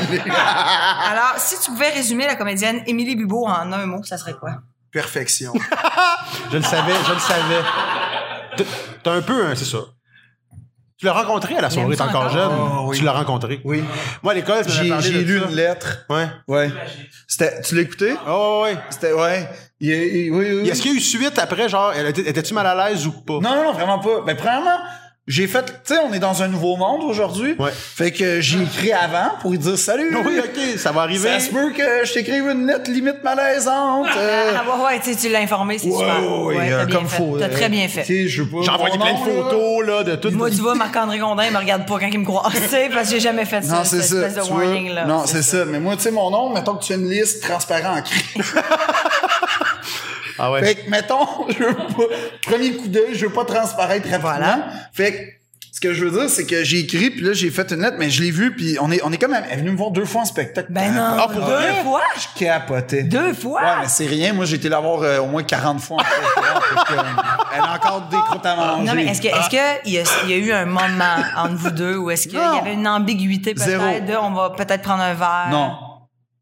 Alors, si tu pouvais résumer la comédienne Émilie Bibo en un mot, ça serait quoi? Perfection. Je le savais, je le savais. T'as- T'as un peu, un, c'est ça. Tu l'as rencontré à la soirée, aime t'es ça encore encore. jeune. Oh, oui. Tu l'as rencontré. Oui. Moi, à l'école, je m'avais J'ai parlé j'ai de lu ça. une lettre. Ouais. Ouais. C'était- Tu l'as écouté? Oh, ouais. C'était, Ah, ouais. Il- il- oui, oui, Et oui. Est-ce qu'il y a eu suite après, genre, elle était- étais-tu mal à l'aise ou pas? Non, non, non, vraiment pas. Ben, premièrement, j'ai fait, tu sais, on est dans un nouveau monde aujourd'hui. Ouais. Fait que j'ai écrit avant pour lui dire salut. Oui, ok, ça va arriver. Ça se peut que je t'écrive une lettre limite malaisante. euh, Ah, ouais, ouais, tu sais, tu l'as informée, c'est ouais, super. ouais, Ouais, euh, t'as bien comme fait. faut. T'as euh, très bien fait. tu sais, je veux pas J'ai envoyé mon plein de nom, là. photos, là, de tout. Moi, tu vois, Marc-André Gondin, il me regarde pas quand il me croise, tu sais, parce que j'ai jamais fait ça. Non, c'est cette ça. espèce de tu vois. warning, là. Non, c'est ça. Mais moi, tu sais, mon nom, mettons que tu as une liste transparente en cri. Ah ouais. Fait que, mettons, je veux pas, premier coup d'œil, je veux pas transparaître rapidement. Voilà. Fait que, ce que je veux dire, c'est que j'ai écrit, puis là, j'ai fait une lettre, mais je l'ai vue, puis on est, on est quand même, elle est venue me voir deux fois en spectacle. Ben non, Ah, pour deux vrai? fois? Je capotais. Deux fois? Ouais, mais c'est rien. Moi, j'ai été la voir euh, au moins 40 fois en spectacle. fait que, euh, elle a encore des croûtes à manger. Non, mais est-ce que, Ah. est-ce que il y, a- il y a eu un moment entre vous deux où est-ce qu'il y Non. avait une ambiguïté Zéro. peut-être de on va peut-être prendre un verre? Non.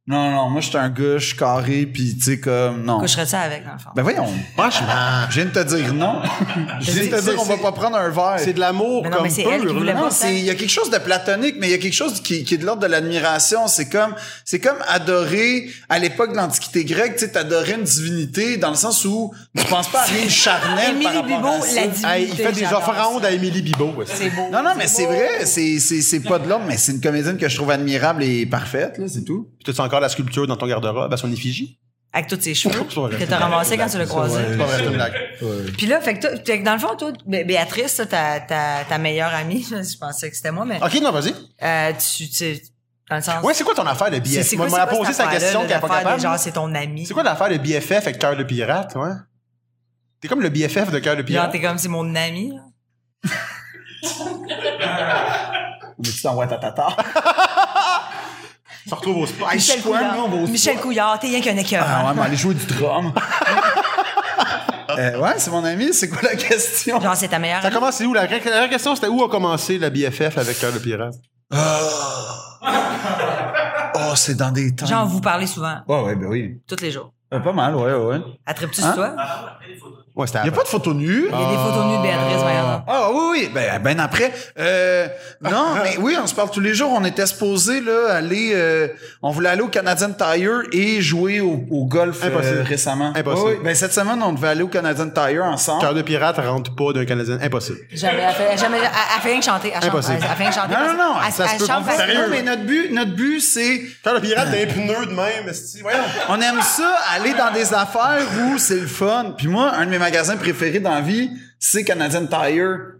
Non, non, non. Moi, j'étais un gars, je suis carré, puis tu sais, comme, non. Coucherais ça avec, dans le fond? Ben voyons. Franchement, Je viens de te dire non. je viens de te C'est- dire, on va c'est- pas prendre un verre. c'est de l'amour Mais non, comme mais c'est elle qui pur, voulait là. pas. Non, c'est il y a quelque chose de platonique, mais il y a quelque chose qui, qui est de l'ordre de l'admiration. C'est comme c'est comme adorer à l'époque de l'antiquité grecque, tu sais, t'adorais une divinité dans le sens où tu penses pas à rien de charnel par Émilie rapport Bibeau, à ça. la divinité. Hey, il fait des j'adore offrandes ça. à Émilie Bibeau. aussi. C'est beau. Non, non, mais c'est vrai, c'est, c'est, c'est pas de l'ordre, mais c'est une comédienne que je trouve admirable et parfaite, là, c'est tout. Puis T'as-tu encore la sculpture dans ton garde-robe à son effigie? Avec tous ses cheveux C'est pas vrai, que c'est t'as une ramassé quand blague, tu l'as ça, croisé. ouais. C'est pas vrai, c'est une blague. Puis là, fait que, toi- fait que dans le fond, toi, Bé- Béatrice, ça, ta, ta, ta meilleure amie, je pensais que c'était moi, mais Ok, non, vas-y. Ah. euh, tu, tu sais, dans le sens... Ouais, c'est quoi ton affaire de c'est- BFF? c'est Moi, quoi- on a c'est quoi posé cette sa affaire-là, question là, qu'elle n'est pas d'affaire de capable. Genre, c'est ton ami. C'est quoi l'affaire de BFF avec Cœur de Pirate, ouais? T'es comme le BFF de Cœur de Genre, Pirate. t'es comme, c'est mon ami. là. Mais tu t'envoies ta tata. Tu te retrouves au sport. Michel quoi, non, Couillard, vos- Michel Couillard, t'es rien qu'un Ah ouais, écœurant. mais aller jouer du drum. Euh, ouais, c'est mon ami, c'est quoi la question? Genre, c'est ta meilleure Ça amie. commence, c'est où? La, la vraie question, c'était où a commencé la BFF avec Cœur de Pirate? Ah! Oh, c'est dans des temps. Oh, Genre, vous parlez souvent, Ouais, ouais, ben oui. tous les jours. Euh, pas mal, ouais, ouais. Attrapes-tu sur Hein? toi? Ouais, c'était Il n'y a après. pas de photo nue. Il y a des photos nues de Béatrice Vaillant. Ah oui, oui, ben, ben après. Euh, non, mais oui, on se parle tous les jours. On était supposé là, aller... euh, on voulait aller au Canadian Tire et jouer au, au golf euh, Impossible. récemment. Impossible. Oui, oui. Ben, cette semaine, on devait aller au Canadian Tire ensemble. Cœur de pirate rentre pas d'un Canadien. Impossible. Jamais, elle fait, jamais, elle, elle fait rien que chanter. Elle chante, Impossible. Elle, elle fait rien que chanter. Non, non, non, Elle, ça elle se peut chante pas. parce que- Sérieux, mais notre but, notre but, c'est... Cœur de pirate, t'as un pneu de même, esti. Voyons. On aime ça, aller dans des affaires où c'est le fun. Puis moi, un de mes magasins préférés dans la vie, c'est Canadian Tire.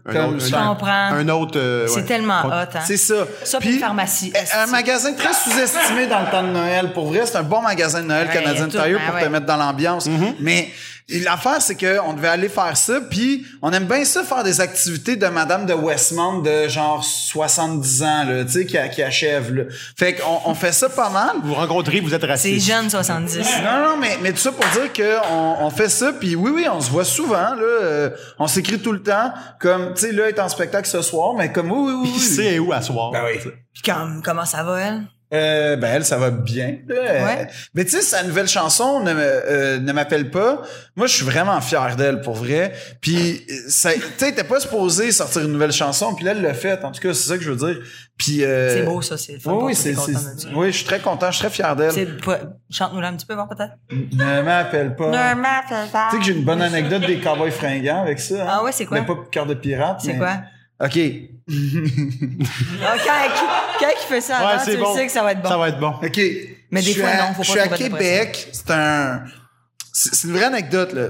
Un Comme autre, c'est Je un- comprends. Un autre. euh, C'est ouais. tellement On- hot, hein. C'est ça. eh, ben, Ça, puis une pharmacie. Un Esti. magasin très sous-estimé dans le temps de Noël. Pour vrai, c'est un bon magasin de Noël, Ah. Ouais, Canadian tout, Tire, ben pour te ouais. mettre dans l'ambiance. Mais l'affaire, c'est qu'on devait aller faire ça, puis on aime bien ça faire des activités de Madame de Westmount de genre 70 ans, là, tu sais, qui, qui achève. là. Fait qu'on on fait ça pas mal. Vous rencontrez, vous êtes C'est raciste. jeune, 70. Non, non, mais, mais tout ça pour dire qu'on on fait ça, puis oui, oui, on se voit souvent, là. euh, on s'écrit tout le temps, comme, tu sais, là, est en spectacle ce soir, mais comme, oui, oui, oui. Qui sait où asseoir? Ben oui. Puis comme, comment ça va, elle? Euh, ben elle, ça va bien. là. Euh, Ouais. Mais tu sais, sa nouvelle chanson ne, me- euh, ne m'appelle pas. Moi, je suis vraiment fier d'elle pour vrai. Puis euh, ça- tu sais, t'es pas supposé sortir une nouvelle chanson, puis là, elle l'a fait. En tout cas, c'est ça que je veux dire. Puis euh, C'est beau, ça. C'est le fun. Oui, pour oui, toi, c'est, t'es c'est- content de ça. oui, je suis très content, je suis très fier d'elle. C'est pas- Chante-nous-la un petit peu, voir peut-être. Ne m'appelle pas. Tu sais que j'ai une bonne anecdote des cowboys fringants avec ça. hein. Ah ouais, c'est quoi? Mais pas cœur de pirate. C'est mais- quoi? Ok. Ah, quand, quand il fait ça Ouais, avant, c'est tu le bon. sais que ça va être bon. Ça va être bon. OK. Mais des Je suis fois, à- non, faut pas Je suis à trop mettre de Québec, c'est un. C'est c'est une vraie anecdote, là.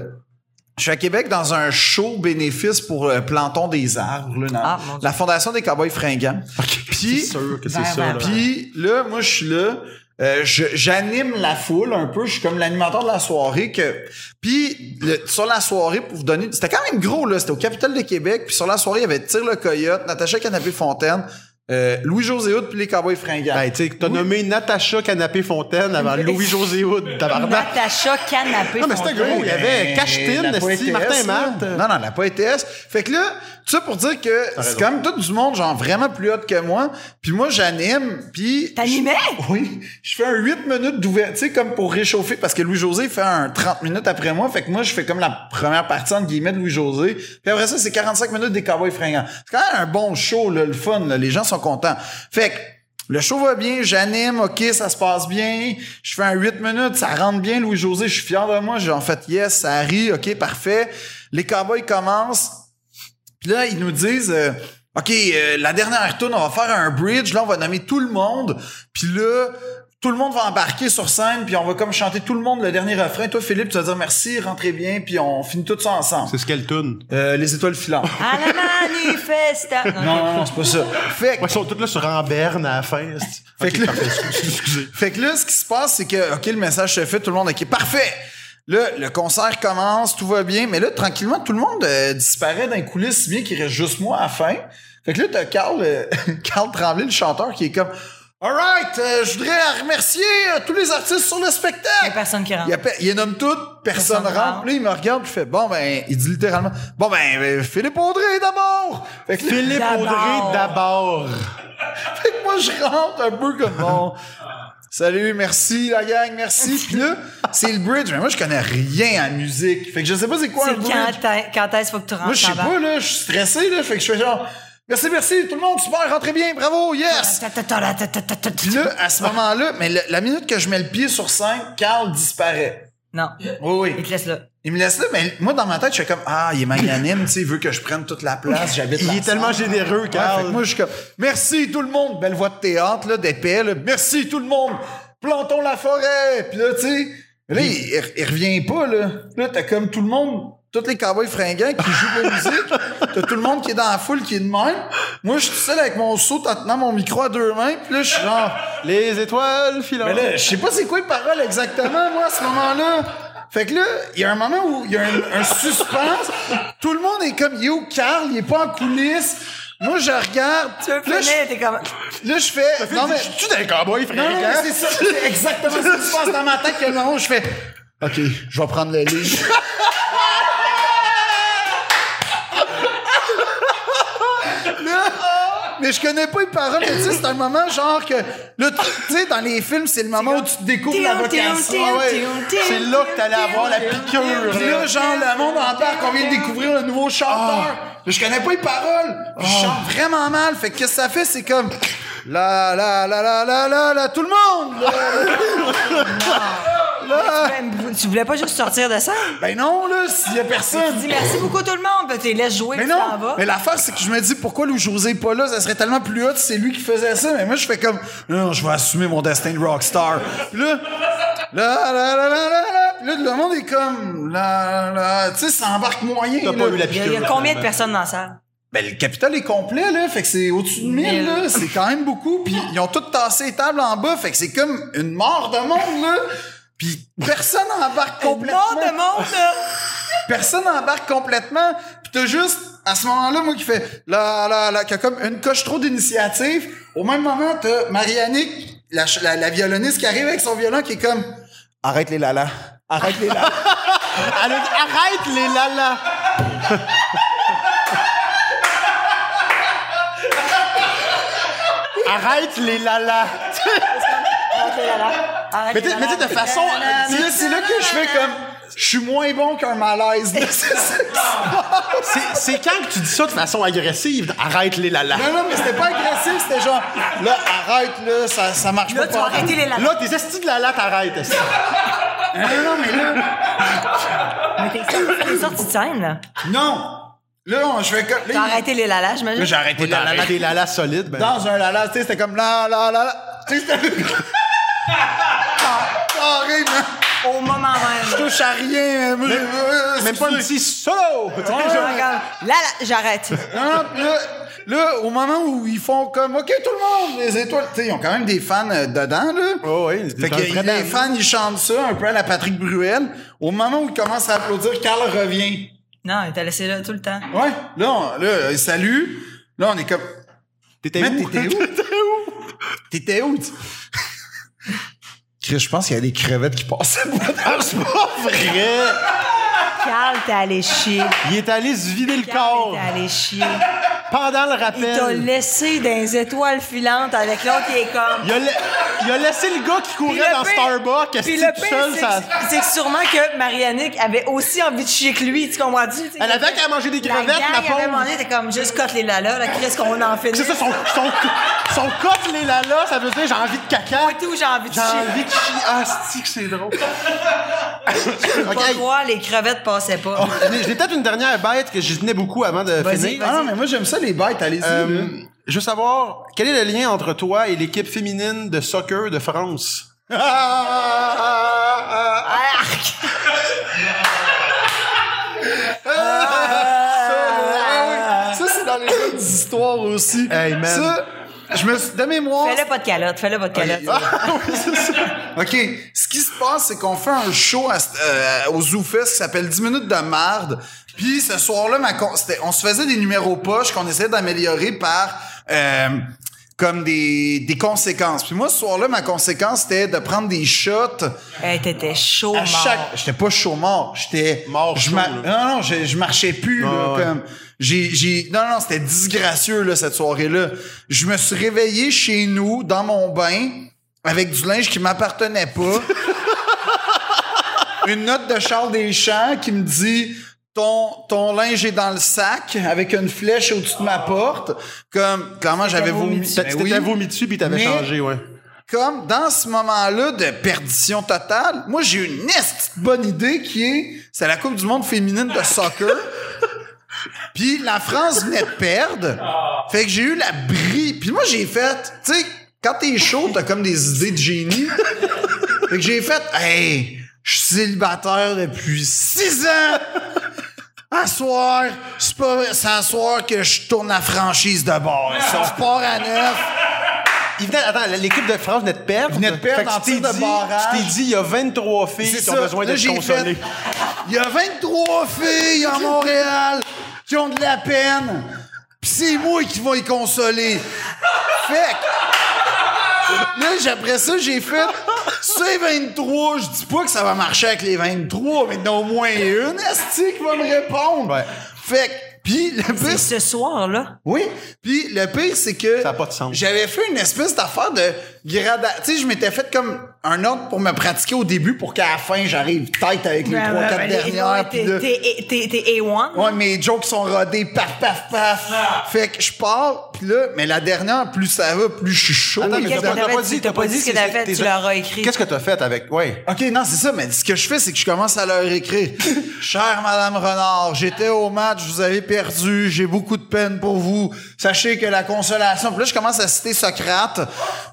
Je suis à Québec dans un show bénéfice pour euh, Plantons des arbres, là, dans Ah, mon Dieu. la Fondation des Cowboys Fringants. C'est Puis, sûr que c'est Vert, ça. vert, là. vert. puis là, moi, je suis là. euh, je- J'anime la foule un peu. Je suis comme l'animateur de la soirée. que Puis le- sur la soirée, pour vous donner... C'était quand même gros, là. C'était au Capitole de Québec. Puis sur la soirée, il y avait Tire le Coyote, Natacha Canapé-Fontaine, euh, Louis-José Hood, puis les Cowboys Fringants. Ben, Hey, Ben, tu sais, t'as nommé Natacha Canapé-Fontaine avant Louis-José Hood, tabarnak. Natacha Canapé. Non, mais c'était Fontaine. gros. Il y avait Ben, Cachetine, la Esti, poétesse, Martin là. Matt. Non, non, la poétesse. Fait que là, tout ça pour dire que c'est raison. quand même tout du monde, genre vraiment plus haute que moi. Puis moi, j'anime, puis... T'animais? Je- Oui. Je fais un 8 minutes d'ouverture, tu sais, comme pour réchauffer, parce que Louis-José fait un 30 minutes après moi. Fait que moi, je fais comme la première partie, entre guillemets, de Louis-José. Puis après ça, c'est 45 minutes des cowboys fringants. C'est quand même un bon show, là, le fun, là. Les gens sont contents. Fait que... Le show va bien, j'anime, ok, ça se passe bien. Je fais un 8 minutes, ça rentre bien, Louis-José, je suis fier de moi. J'ai en fait yes, ça rit, ok, parfait. Les cowboys commencent. Puis là, ils nous disent euh, OK, euh, la dernière tourne, on va faire un bridge, là, on va nommer tout le monde. Puis là, tout le monde va embarquer sur scène, puis on va comme chanter tout le monde le dernier refrain. Toi, Philippe, tu vas dire merci, rentrez bien, puis on finit tout ça ensemble. C'est ce qu'elle tourne. Euh, les étoiles filantes. À la manifesta. non, non, non, c'est pas ça. Fait que- Ouais, ils sont tous là sur Amberne à la fin. esti. Fait Ok, que là- parfait, excuse- excusez. Fait que là, ce qui se passe, c'est que, OK, le message se fait, tout le monde, OK, parfait. Là, le concert commence, tout va bien, mais là, tranquillement, tout le monde euh, disparaît d'un coulisses, si bien qu'il reste juste moi à la fin. Fait que là, t'as Carl, euh, Carl Tremblay, le chanteur, qui est comme, Alright, je voudrais remercier euh, tous les artistes sur le Il y a spectacle. personne qui rentre. Il, appelle- il nomme tout, personne, Personne rentre. rentre. Là, il me regarde, puis il fait, bon, ben, il dit littéralement, bon, ben, euh, Philippe Audrey d'abord. Fait que là- Philippe Audrey D'abord. d'abord. fait que moi, je rentre un peu comme bon. Salut, merci la gang, merci. Puis là, c'est le bridge, mais moi je connais rien en musique. Fait que je sais pas c'est quoi un C'est bridge. quand t'es- quand est-ce qu'il faut que tu rentres? Moi je sais tabarnak? pas là, je suis stressé là, fait que je fais genre merci merci tout le monde, super, rentrez bien, bravo, yes. Puis là, à ce moment-là, mais le- la minute que je mets le pied sur scène, Carl disparaît. Non, Oui il oui. te laisse là. Il me laisse là, mais moi dans ma tête, je suis comme ah, il est magnanime, tu sais, il veut que je prenne toute la Ah, place, j'habite Il est l'ensemble. tellement généreux, Ouais, fait Carl. que moi, je suis comme, merci tout le monde, belle voix de théâtre, là, d'épais, là. merci tout le monde, plantons la forêt, puis là, tu sais, là, il, il- il revient pas, là. Là, t'as comme tout le monde, tous les cowboys fringants qui jouent de la musique, t'as tout le monde qui est dans la foule, qui est de même. Moi, je suis tout seul avec mon seau, en tenant mon micro à deux mains, puis là, je suis genre, Les étoiles filantes. mais là, je sais pas c'est quoi les paroles exactement, moi, à ce moment-là. Fait que là, il y a un moment où il y a un, un suspense. Tout le monde est comme, yo, Carl, il est pas en coulisses. Moi, je regarde. Tu veux là, finir, t'es comme... je, là, je fais. Non, mais. Je suis dans les cowboys, Non, non, mais frère. c'est ça, c'est exactement ce qui se passe dans ma tête. Il y a le moment où je fais, OK, je vais prendre le livre. là, mais je connais pas les paroles. Mais tu sais, c'est un moment genre que. Là, tu tu sais, dans les films, c'est le moment où tu découvres la vocation. Ah ouais. C'est là que t'allais avoir la Puis piqûre. là, genre, le monde en parle qu'on vient de découvrir le nouveau chanteur. Ah. Mais Je connais pas les paroles. Puis Je chante vraiment mal. Fait que qu'est-ce que ça fait? C'est comme. La, la, la, la, la, la, la, tout le monde! là. Là. Ben, Tu voulais pas juste sortir de ça? Ben non, là, s'il y a Tu personne. dis merci beaucoup tout le monde, ben, tu les laisses jouer, Mais puis tu t'en non, vas. mais l'affaire, c'est que je me dis pourquoi Louis José est pas là, ça serait tellement plus hot si c'est lui qui faisait ça. Mais moi, je fais comme, non, je vais assumer mon destin de rockstar. Puis là, là, là, là, là, là, là. Puis là, le monde est comme, là, là, tu sais, ça embarque moyen. T'as pas là. eu la Il y a- piqûre. il y a combien de finalement. personnes dans la salle? Ben, le capital est complet, là. Fait que c'est au-dessus de 1000, là. C'est quand même beaucoup. Puis ils ont tous tassé les tables en bas. Fait que c'est comme une mort de monde, là. Puis personne embarque complètement. Mort de monde, là! Personne embarque complètement. Puis t'as juste, à ce moment-là, moi qui fais là, là, là, qui a comme une coche trop d'initiative. Au même moment, t'as Marianique, la, ch- la, la violoniste qui arrive avec son violon qui est comme Arrête les lalas. Arrête les lalas. Elle a dit, arrête les lalas. arrête les lalas. Mais tu sais, mais tu sais, de façon. C'est là- c'est là que je fais comme Je suis moins bon qu'un malaise. C'est ça qui se passe. c'est- C'est quand que tu dis ça de façon agressive? Arrête les lalas. Non, non, mais c'était pas agressif, c'était genre, là, arrête, là, ça, ça marche Là, pas. tu vas arrêter les lalas. Là, tes estis de lalas t'arrêtes. esti. Non, non, mais là, Mais t'es sorti- t'es sorti de scène, là. non. Là, on- je fais comme. T'as là, arrêté les lalas, il- là, j'ai j'imagine? arrêté la la- la- Des lalas solides. ben. Dans un lala, tu sais, c'était comme là, là, là, là. Tu sais, c'était. Ah, Carré, man. Au moment même. Je touche à rien. euh, Même, Même pas un petit solo. Tu sais, genre, Là, là, j'arrête. Non, puis là, là, au moment où ils font comme, OK, tout le monde, les étoiles, tu sais, ils ont quand même des fans euh, dedans, là. Oh, oui, c'est Fait un que vrai les band. fans, ils chantent ça un peu à la Patrick Bruel. Au moment où ils commencent à applaudir, Carl revient. Non, il t'a laissé là tout le temps. Ouais, là, on, là, il salue. Là, on est comme, T'étais Mais où? t'étais où? t'étais où? tu- Chris, je pense qu'il y a des crevettes qui passaient. pas dans C'est pas vrai! Carl, t'es allé chier. Il est allé se vider le Carl, corps t'es allé chier. pendant le T'as rappel. laissé dans les étoiles filantes avec l'autre qui est comme. Il a, la- il a laissé le gars qui Puis courait le dans pire- Starbucks, Puis esti, le tout pire, seul, c'est ça- que- c'est que sûrement que Marianique avait aussi envie de chier que lui, tu comprends-tu? Tu sais, Elle avait qu'à manger des La crevettes, la gang, à un moment pauvre. donné, t'es comme juste cote les lalas, la crise qu'on en fait. C'est ça, son, son, son cote, les lalas, ça veut dire j'ai envie de caca. Pointé où j'ai envie de J'ai chier. envie de chier. Ah, c'est que c'est drôle. Pas ok. droit, les crevettes passaient pas. J'ai j'ai peut-être une dernière bête que j'y tenais beaucoup avant de Vas-y, finir. Ah non, mais moi, j'aime ça, les bêtes, allez-y. Euh, là. je veux savoir, quel est le lien entre toi et l'équipe féminine de soccer de France? Ah, Arc! Ah! Ça, c'est dans les autres histoires aussi. Hey, man. Ça, je me suis, de mémoire. Fais-le pas de calotte, fais-le pas de calotte. Ah, OK. Ce qui se passe, c'est qu'on fait un show à, euh, au ZooFest qui s'appelle 10 minutes de marde. Puis ce soir-là, ma con- c'était- on se faisait des numéros poches qu'on essayait d'améliorer par euh, comme des, des conséquences. Puis moi, ce soir-là, ma conséquence, c'était de prendre des shots Hey, t'étais chaud, à mort. chaque j'étais pas chaud mort j'étais Mort je chaud, ma- là. non non je, je marchais plus là, Ah ouais. comme j'ai j'ai non non c'était disgracieux là cette soirée là je me suis réveillé chez nous dans mon bain avec du linge qui m'appartenait pas une note de Charles Deschamps qui me dit ton, ton linge est dans le sac avec une flèche au-dessus de ma porte. Comme, clairement, j'avais vomi vomi. dessus. T'as- Ben Tu oui t'étais vomi dessus puis t'avais Mais- changé, ouais. comme dans ce moment-là de perdition totale, moi j'ai une est bonne idée qui est c'est la Coupe du monde féminine de soccer. Puis la France venait de perdre. Fait que j'ai eu la brie. Puis moi j'ai fait, tu sais, quand t'es chaud, t'as comme des idées de génie. Fait que j'ai fait, hey, je suis célibataire depuis six ans. À soir, c'est pas c'est à soir que je tourne la franchise de bord. Ça repart à neuf. Il venait, attends, l'équipe de France venait de perdre. Venait de perdre Fait que en tu t'es tir de dit- barrage. Tu t'es dit, il y a 23 filles C'est qui ont ça. besoin Là, d'être j'ai consolées. fait, Il y a 23 filles à Montréal qui ont de la peine. Pis c'est moi qui vais les consoler. Fait que- Là, j'ai- après ça, j'ai fait c'est 23. Je dis pas que ça va marcher avec les 23, mais il y en a au moins une esti qui va me répondre. Ouais. Fait que Puis le C'est pire, ce soir-là. oui. Puis le pire, c'est que Ça a pas de sens. j'avais fait une espèce d'affaire de grada. Tu sais, je m'étais fait comme un ordre pour me pratiquer au début pour qu'à la fin, j'arrive tête avec les Ouais, trois, ouais, quatre ouais, ouais, dernières. puis t'es- là- T'es t'es- t'es A1. Ouais, mes jokes sont rodés, paf, paf, paf. Ah. Fait que je pars, puis là, mais la dernière, plus ça va, plus je suis chaud. Attends, Ah mais qu'est-ce t'as que pas- t'avais t'as pas dit? dit- T'as t'as pas pas dit ce dit que t'avais c'est- fait, t'es- tu leur as écrit. Qu'est-ce que t'as fait avec. Ouais. OK, non, c'est ça, mais ce que je fais, c'est que je commence à leur écrire. Chère Madame Renard, j'étais au match, vous avez perdu, j'ai beaucoup de peine pour vous. Sachez que la consolation. Puis là, je commence à citer Socrate.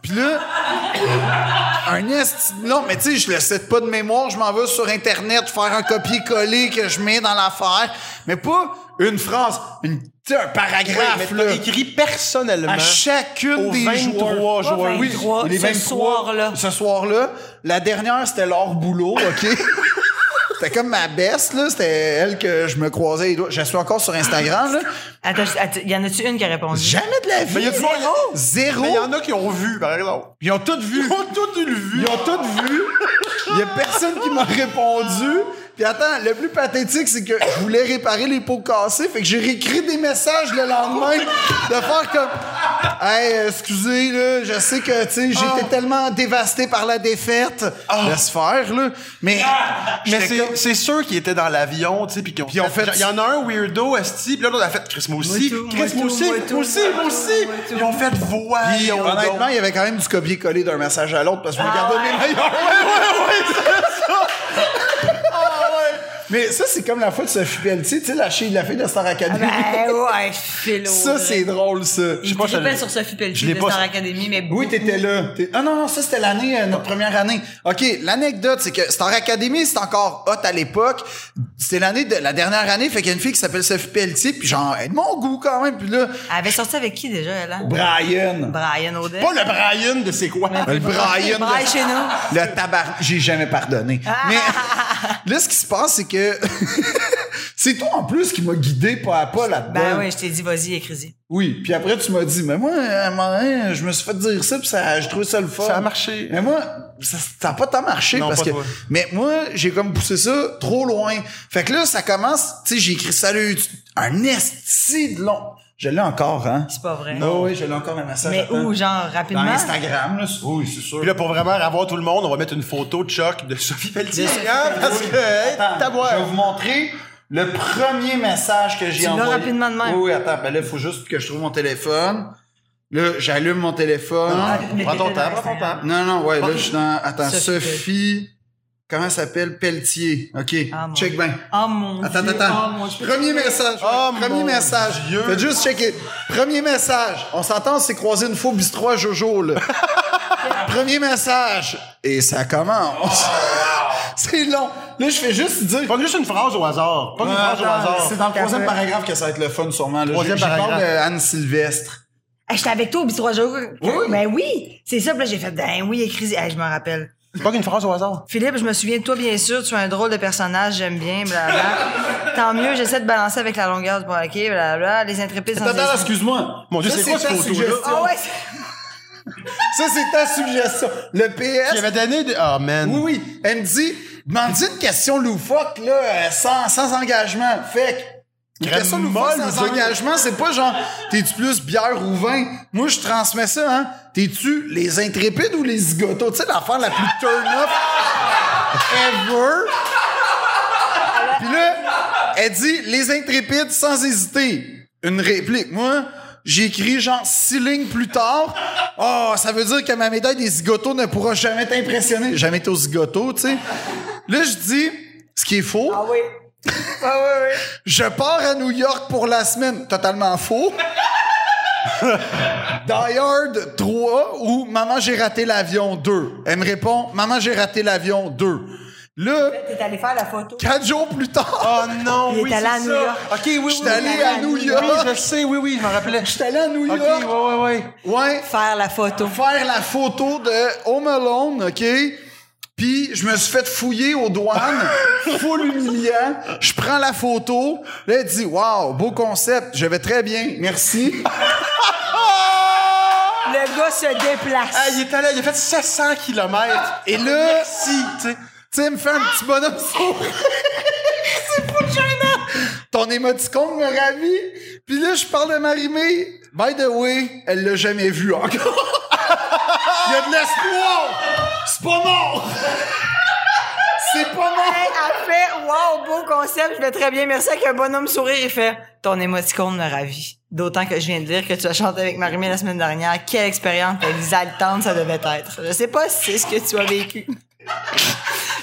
Puis là, un esti de long, mais tu sais, je le cite pas de mémoire, je m'en vais sur Internet faire un copier-coller que je mets dans l'affaire, mais pas une phrase, une, tu sais, un mais paragraphe, t'as là. écrit personnellement. À chacune aux des 23 joueurs. joueurs. Pas 23, les ce 23, soir-là. Ce soir-là. La dernière, c'était Laure Boulot, OK? c'était comme ma best, là. C'était elle que je me croisais les doigts. Je suis encore sur Instagram, là. Attends, je- attends, y en a-tu une qui a répondu? Jamais de la vie. Mais y a du monde- Zéro. Mais il y en a qui ont vu, par exemple. Ils ont tout vu. Ils ont tout eu le vu. Ils ont tout vu. Il y a personne qui m'a répondu. Puis attends, le plus pathétique, c'est que je voulais réparer les pots cassés. Fait que j'ai réécrit des messages le lendemain de faire comme Hey, euh, excusez, là, je sais que tu sais, j'étais Ah. tellement dévasté par la défaite. Laisse faire, là. Mais, Mais j'étais c'est comme- c'est ceux qui étaient dans l'avion, tu sais, puis qui ont Puis ils ont fait- Il y en a un weirdo, Esti, puis là, l'autre a fait Chris, moi aussi. tout, moi Chris, moi tout, aussi. moi tout. Moi aussi, moi aussi. Moi tout. Ils ont fait Puis, voyons. honnêtement, donc. il y avait quand même du copier-coller d'un message à l'autre parce que je regardais Ah ouais. mes meilleurs. Ah Mais ça, c'est comme la fois de Sophie Pelletier, tu sais, la, fille- la fille de Star Academy. Ben ouais, Philo. Ça, c'est drôle, ça. Je pas, je l'ai- sur Sophie je Pelletier l'ai de pas- Star Academy, mais beaucoup. Oui, t'étais là. T'es- Ah non, non, ça c'était l'année, euh, notre première année. OK, l'anecdote, c'est que Star Academy, c'est encore hot à l'époque. C'est l'année de la dernière année, fait qu'il y a une fille qui s'appelle Sophie Pelletier, puis genre, elle de mon goût quand même, puis là, Elle avait sorti avec qui déjà, elle? hein? Brian. Brian Audet. Pas le Brian de c'est quoi. Le Brian. de- Brian chez nous. Le tabac, j'ai jamais pardonné. Ah. Mais là, ce qui se passe, c'est que c'est toi en plus qui m'a guidé pas à pas là-dedans. Ben oui, je t'ai dit, vas-y, écris-y. Oui, puis après tu m'as dit, mais moi, à un moment donné, je me suis fait dire ça, puis ça, je trouvais ça le fun. Ça a marché. Mais moi, ça ça a pas tant marché Non, parce pas que. toi. Mais moi, j'ai comme poussé ça trop loin. Fait que là, ça commence. Tu sais, j'ai écrit salut, tu- un esti de long. Je l'ai encore, hein. C'est pas vrai. Non, oui, je l'ai encore le message. Mais Attends. où, genre, Dans rapidement? Instagram, là. c'est- Oui, c'est sûr. Puis là, pour vraiment avoir tout le monde, on va mettre une photo de Chuck de Sophie Pelletier. hein, parce que, hey, Attends, t'as Je vais voir. vous montrer le premier message que j'ai Tu l'as envoyé. rapidement de même. Oui, oui, attends, ben là, il faut juste que je trouve mon téléphone. Là, j'allume mon téléphone. Ah, mais Prends ton t'étais temps, dans prends ton temps. Non, non, ouais, là, je suis dans. Attends, Sophie. Sophie. Comment elle s'appelle? Pelletier. OK. Ah, mon Check bien. Oh mon Attends, Dieu. attends, attends. Oh, mon Dieu. Premier message. Oh, premier mon message. Dieu. Faites juste checker. Premier message. On s'entend, on s'est croisé une fois au bistrot à Jojo, là. premier message. Et ça Oh, commence. C'est long. Là, je fais juste dire. Pas juste une phrase au hasard. Pas une phrase au Attends, hasard. C'est dans le troisième Café. paragraphe que ça va être le fun, sûrement. Là. Troisième J'ai- j'ai parle paragraphe. de Anne Sylvestre. Ah, J'étais avec toi au bistrot jours. Oui. Ben oui, c'est ça. Puis là, j'ai fait, ben oui, écris-y. Ah, je m'en rappelle. C'est pas qu'une phrase au hasard. Philippe, je me souviens de toi, bien sûr. Tu es un drôle de personnage. J'aime bien, blablabla. Tant mieux, j'essaie de balancer avec la longueur du banquier, blablabla. Les intrépides sont... Attends, excuse-moi. Mon Dieu, Ça, c'est quoi ta cette photo-là? suggestion. Ah ouais, Ça, c'est ta suggestion. Le Il PS. avait donné des. Ah, man. Oui, oui. Elle me dit, demande une question loufoque, là, euh, sans, sans engagement. Fait que, une Crème question loufoque molle ou sans deux? engagement, c'est pas genre, t'es-tu plus bière ou vin? Moi, je transmets ça, hein. T'es-tu les intrépides ou les zigotos? Tu sais, l'affaire la plus turn-up ever. Puis là, elle dit les intrépides sans hésiter. Une réplique. Moi, j'ai écrit genre six lignes plus tard. Oh, ça veut dire que ma médaille des zigotos ne pourra jamais t'impressionner. Jamais été aux zigotos, tu sais. Là, je dis ce qui est faux. Ah oui. Ah oui, oui. Je pars à New York pour la semaine. Totalement faux. Die Hard 3 ou Maman, j'ai raté l'avion 2. Elle me répond Maman, j'ai raté l'avion 2. Là, T'es allé faire la photo. quatre jours plus tard. Oh non, Il est oui, allé c'est à New ça. York. OK, oui, oui. J'étais allé oui. à New York. Oui, je sais, oui, oui, je m'en rappelais. J'étais allé à New OK, York. ouais, ouais, ouais. Ouais. Faire la photo. Faire la photo de Home Alone, OK? Puis je me suis fait fouiller aux douanes, full humiliant. Je prends la photo. Là, elle dit Waouh, beau concept, je vais très bien, merci. Le gars se déplace. Ah, il est allé, il a fait 700 km. Et là, Si, tu sais. tu sais, elle me fait un petit bonhomme sourire. C'est fou de gênant. ton émoticône me ravit. Puis là, je parle de Marimé. By the way, elle l'a jamais vu encore. Il y a de l'espoir! C'est pas mort! C'est pas mort! Hey, elle fait Wow, beau concept, je vais très bien, merci avec un bonhomme sourire. Il fait Ton émoticône me ravit. D'autant que je viens de dire que tu as chanté avec Marimé la semaine dernière. Quelle expérience exaltante ça devait être. Je sais pas si c'est ce que tu as vécu.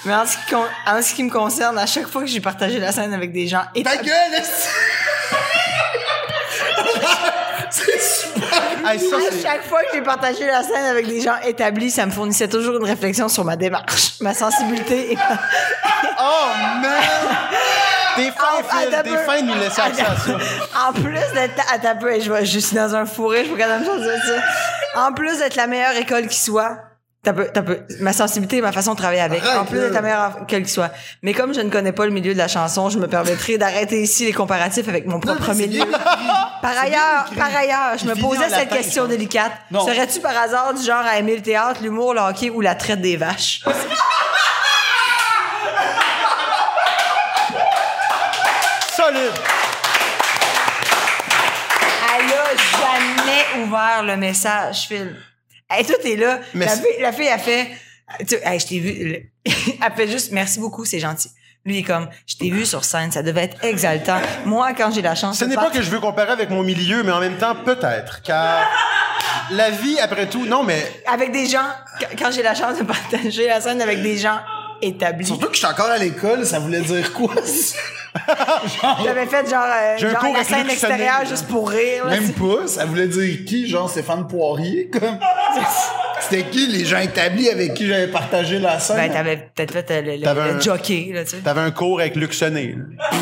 Mais en ce, qui con- en ce qui me concerne, à chaque fois que j'ai partagé la scène avec des gens et Ta gueule! est-ce- C'est super! Hey, ça, à c'est- chaque fois que j'ai partagé la scène avec des gens établis, ça me fournissait toujours une réflexion sur ma démarche, ma sensibilité et ma- Oh, man! Des fins, Ah, ah, Phil, t'as des peu. fins nous laisser accès à ça. En plus d'être. Attends un peu, hey, je, vois- je suis dans un fourré, je peux quand même dire ça. En plus d'être la meilleure école qui soit. T'as peu, t'as peu. Ma sensibilité et ma façon de travailler avec. Arrête, en plus là. d'être la meilleure école qui soit. Mais comme je ne connais pas le milieu de la chanson, je me permettrai d'arrêter ici les comparatifs avec mon propre milieu. Par ailleurs, par ailleurs, je Il me finit en posais cette latin, question ça. délicate. Non. Serais-tu par hasard du genre à aimer le théâtre, l'humour, le hockey ou la traite des vaches? Solide! Elle a jamais ouvert le message, Phil. Hey, toi, t'es là. Mais la, c'est- fille, la fille, elle fait. tu- hey, je t'ai vu. le- elle fait juste merci beaucoup, c'est gentil. Lui, il est comme, je t'ai vu sur scène, ça devait être exaltant. Moi, quand j'ai la chance. Ce de n'est pas part- que je veux comparer avec mon milieu, mais en même temps, peut-être. Car la vie, après tout, non, mais Avec des gens, qu- quand j'ai la chance de partager la scène avec des gens établis. Surtout que je suis encore à l'école, ça voulait dire quoi? J'avais fait genre, euh, J'ai un genre cours la avec scène Luc Sonnet, extérieure là. juste pour rire. là, Même pas, ça voulait dire qui? Genre Stéphane Poirier? Comme... C'était qui les gens établis avec qui j'avais partagé la scène? Ben, t'avais peut-être fait euh, le, le- T'avais le un- jockey, là, tu sais. T'avais un cours avec Luc Sonné, là.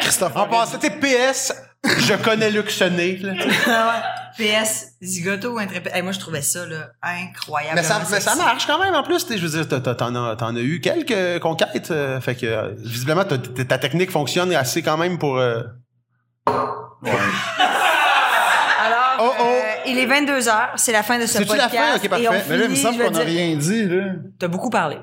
Christophe. En passant, t'es PS, je connais Luc Sonné, là. Ah ouais. PS, Zigoto ou Intrépide. Hey, moi, je trouvais ça, là, incroyable. Mais ça, mais ça marche quand même en plus. t'sais, Je veux dire, t'as- t'as- t'en as, t'en as eu quelques conquêtes. euh, fait que euh, visiblement, t'as- t'as- ta technique fonctionne assez quand même pour. euh, Alors, Oh, oh. euh, il est 22 h c'est la fin de ce C'est-tu la podcast. fin? Ok, parfait. Et on Mais Mais là, il me finit, semble je veux qu'on n'a dire- rien dit, là. T'as beaucoup parlé.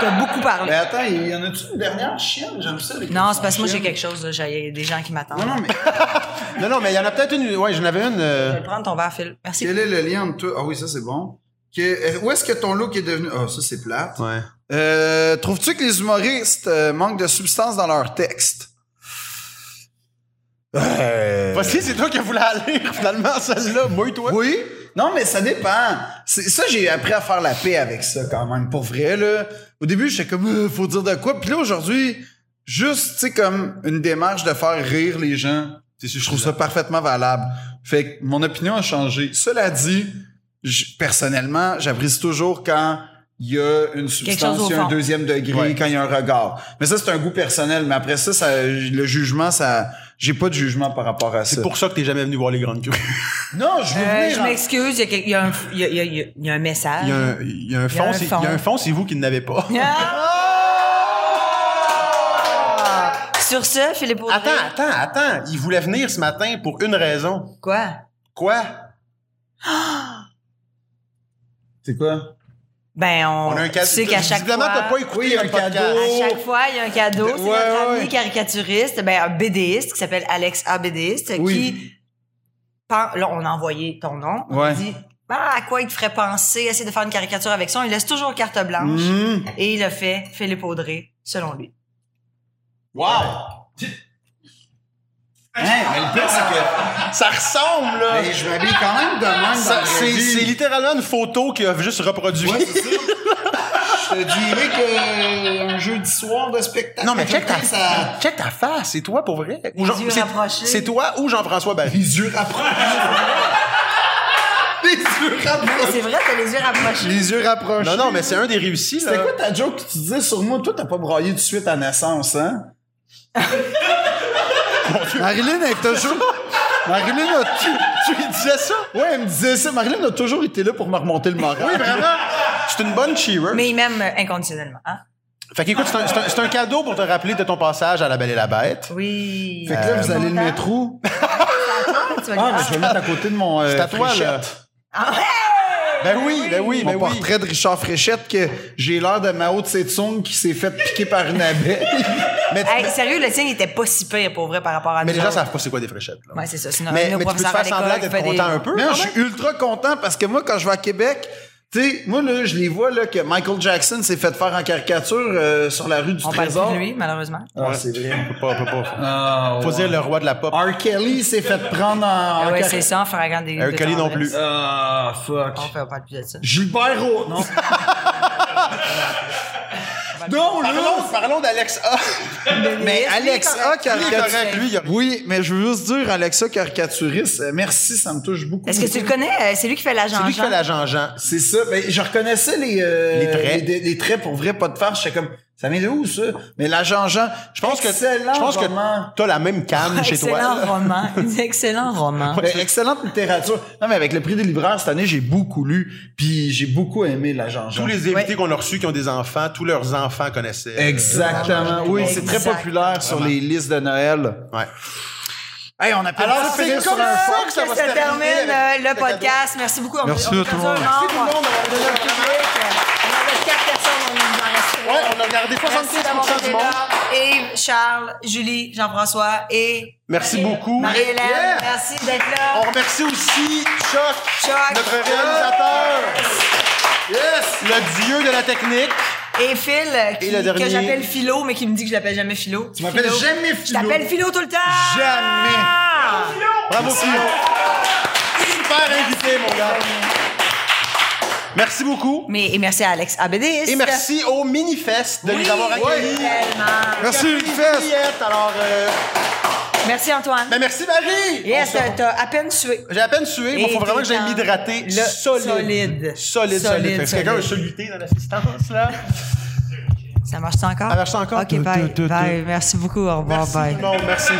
T'as beaucoup Mais parlé. attends, il y en a-tu une dernière chienne? J'aime ça. les Non, c'est questions parce que moi, j'ai chiennes. quelque chose, là. J'ai il y a des gens qui m'attendent. Non, non, mais Non, non, mais il y en a peut-être une. Ouais, j'en avais une. euh, Je vais le prendre ton verre, Phil. Merci. Euh, quel est le lien entre toi? Ah oui, ça, c'est bon. Que- euh, Où est-ce que ton look est devenu. Ah, ça, c'est plate. Ouais. Euh, Trouves-tu que les humoristes euh, manquent de substance dans leur texte? Euh, Voici, c'est toi qui voulais aller finalement, celle-là. Mouille-toi. Oui. Non, mais ça dépend. C'est- Ça, j'ai appris à faire la paix avec ça quand même, pour vrai. Là. Au début, j'étais comme, Euh, faut dire de quoi. Puis là, aujourd'hui, juste, tu sais, comme une démarche de faire rire les gens. Je trouve ça parfaitement valable. Fait que mon opinion a changé. Cela dit, j- personnellement, j'apprécie toujours quand il y a une substance, chose au il y a un fond. deuxième degré, Ouais. quand il y a un regard. Mais ça, c'est un goût personnel. Mais après ça, ça le jugement, ça, j'ai pas de jugement par rapport à ça. C'est pour ça que t'es jamais venu voir les grandes crues. Non, je veux Euh, venir je en- m'excuse, il y a quel- il y, a un- il y a- il y a- il y a- il y a un message. Il y a un, il y a un un fond, c'est- il y fond. a un fond, c'est vous qui ne l'avez pas. Ah! Sur ce, Philippe Audrey. Attends, attends, attends. Il voulait venir ce matin pour une raison. Quoi? Quoi? C'est quoi? Ben, on, On a un cadeau. tu sais qu'à chaque fois... Visiblement, t'as pas écouté Oui, un notre podcast. cadeau. À chaque fois, il y a un cadeau. C'est Ouais, notre ouais. ami caricaturiste, ben, un BDiste qui s'appelle Alex A. BDiste, qui... Oui. pen- Là, on a envoyé ton nom. On Ouais. a dit, ah, à quoi il te ferait penser, essayer de faire une caricature avec ça. Il laisse toujours carte blanche. Mm. Mhm. Et il a fait Philippe Audrey, selon lui. Wow! Eh, mais le pire, c'est Ça ressemble, là! que je m'habille quand même de même dans Ça, la c'est, vie. c'est littéralement une photo qu'il a juste reproduit. Ouais, c'est ça. Je te dirais qu'un jeudi soir de spectacle. non, mais check ta, ça. check ta face, c'est toi pour vrai. Ou yeux rapprochés. c'est, c'est toi ou Jean-François Barry. Les yeux rapprochés. les yeux rapprochés. C'est vrai, t'as les yeux rapprochés. Les yeux rapprochés. Non, non, mais c'est un des réussis. C'était là. quoi ta joke que tu disais sur moi? Toi, t'as pas braillé tout de suite à naissance, hein? Marilyn, elle est toujours. Marilyn a tout. Tu lui disais ça? Ouais, elle me disait ça. Marilyn a toujours été là pour me remonter le moral. Oui, vraiment. C'est une bonne cheerer. Mais il m'aime euh, inconditionnellement. Hein? Fait qu'écoute, c'est un, c'est un- c'est un cadeau pour te rappeler de ton passage à La Belle et la Bête. Oui. Fait que là, vous Euh, allez le content? mettre où? Attends, tu vas le Ah, faire. mais je vais le mettre à côté de mon. euh, C'est à toi, là. fléchette. Ah, ouais! Ben oui, ben oui, Mon ben oui. portrait de Richard Fréchette que j'ai l'air de Mao Tse-Tung qui s'est fait piquer par une abeille. Mais, tu- Hey, sérieux, le tien, il était pas si pire pour vrai par rapport à mais nous. les gens autres. savent pas c'est quoi des fléchettes. là. Ouais, c'est ça. Sinon, mais, nos mais tu peux te professeurs à faire l'école semblant qui d'être fait des- content un peu. Non, quand je même. suis ultra content parce que moi, quand je vais à Québec, tu sais, moi, là, je les vois là, que Michael Jackson s'est fait faire en caricature euh, sur la rue du On parle Trésor. plus de lui, malheureusement. Ah, c'est vrai. On peut pas, on peut pas. Ah, Faut ouais. dire le roi de la pop. R. Kelly s'est fait prendre en, en Ah ouais, caricature. c'est ça, en flagrant des. R. des Kelly non tendresses. plus. Ah, fuck. On fait- on parle plus de ça. Gilbert Roux. Non. non, là. Parlons, parlons d'Alex A. Mais Lui, Alex A, correct. Lui, correct. caricaturiste. lui, il a- Oui, mais je veux juste dire, Alex A, caricaturiste, euh, merci, ça me touche beaucoup. Est-ce que tu le connais? Euh, C'est lui qui fait l'agent. C'est lui qui fait la Jean-Jean. C'est ça. Ben, je reconnaissais les, euh, Les traits. Les, les traits pour vrai, pas de farce. J'étais comme, ça vient de où, ça? Mais la Jean-Jean, je pense que, Ben, excellent je pense roman. que t'as la même canne chez toi. Ah, Excellent là. roman. Excellent roman. Ben, excellente littérature. Non, mais avec le prix des libraires cette année, j'ai beaucoup lu, puis j'ai beaucoup aimé la Jean-Jean. Tous les invités qu'on a reçus qui ont des enfants, tous leurs enfants connaissaient. euh, Exactement. Oui, c'est très Exactement. populaire sur les listes de Noël. Ouais. Hey, on appelle Alors, Ah, ça Ah, c'est finir sur comme un ça fort. que que ça ça va se se terminer avec termine euh, le le cadeau. podcast. Merci beaucoup. On- on Merci à tout le perdu un monde. membre. Merci tout le monde d'avoir donné leur public. Euh, On avait quatre personnes, on nous en reste Ouais, on a regardé Merci d'avoir 75% été du monde. là. Yves, Charles, Julie, Jean-François et Merci beaucoup. Marie-Hélène. Yeah! Merci d'être là. On remercie aussi Chuck, Chuck. notre réalisateur. Yes! Le dieu de la technique. Et Phil, euh, qui- Et le dernier. que j'appelle Philo, mais qui me dit que je l'appelle jamais Philo. Tu m'appelles jamais Je Philo. t'appelle Philo tout le temps. Jamais. Bravo, Philo. Super invité, mon gars. Merci beaucoup. Mais, et merci à Alex Abédis. Et merci au Minifest de Oui, nous avoir accueillis. tellement. Merci, une fesse. Juliette, Alors, euh, Merci Antoine. ben merci Marie. yes, On se- t'as- t'as à peine sué. J'ai à peine sué, mais il faut Et vraiment que j'aille t'es m'hydrater le- solide. solide. Solide, solide. Solide, Fait que si quelqu'un a solide. soluté dans l'assistance, là. Ça marche ça encore? Ça marche ça encore? OK, Tout, bye. tout, tout, tout. Bye. Merci beaucoup. Au revoir. Merci bye. tout le monde, merci.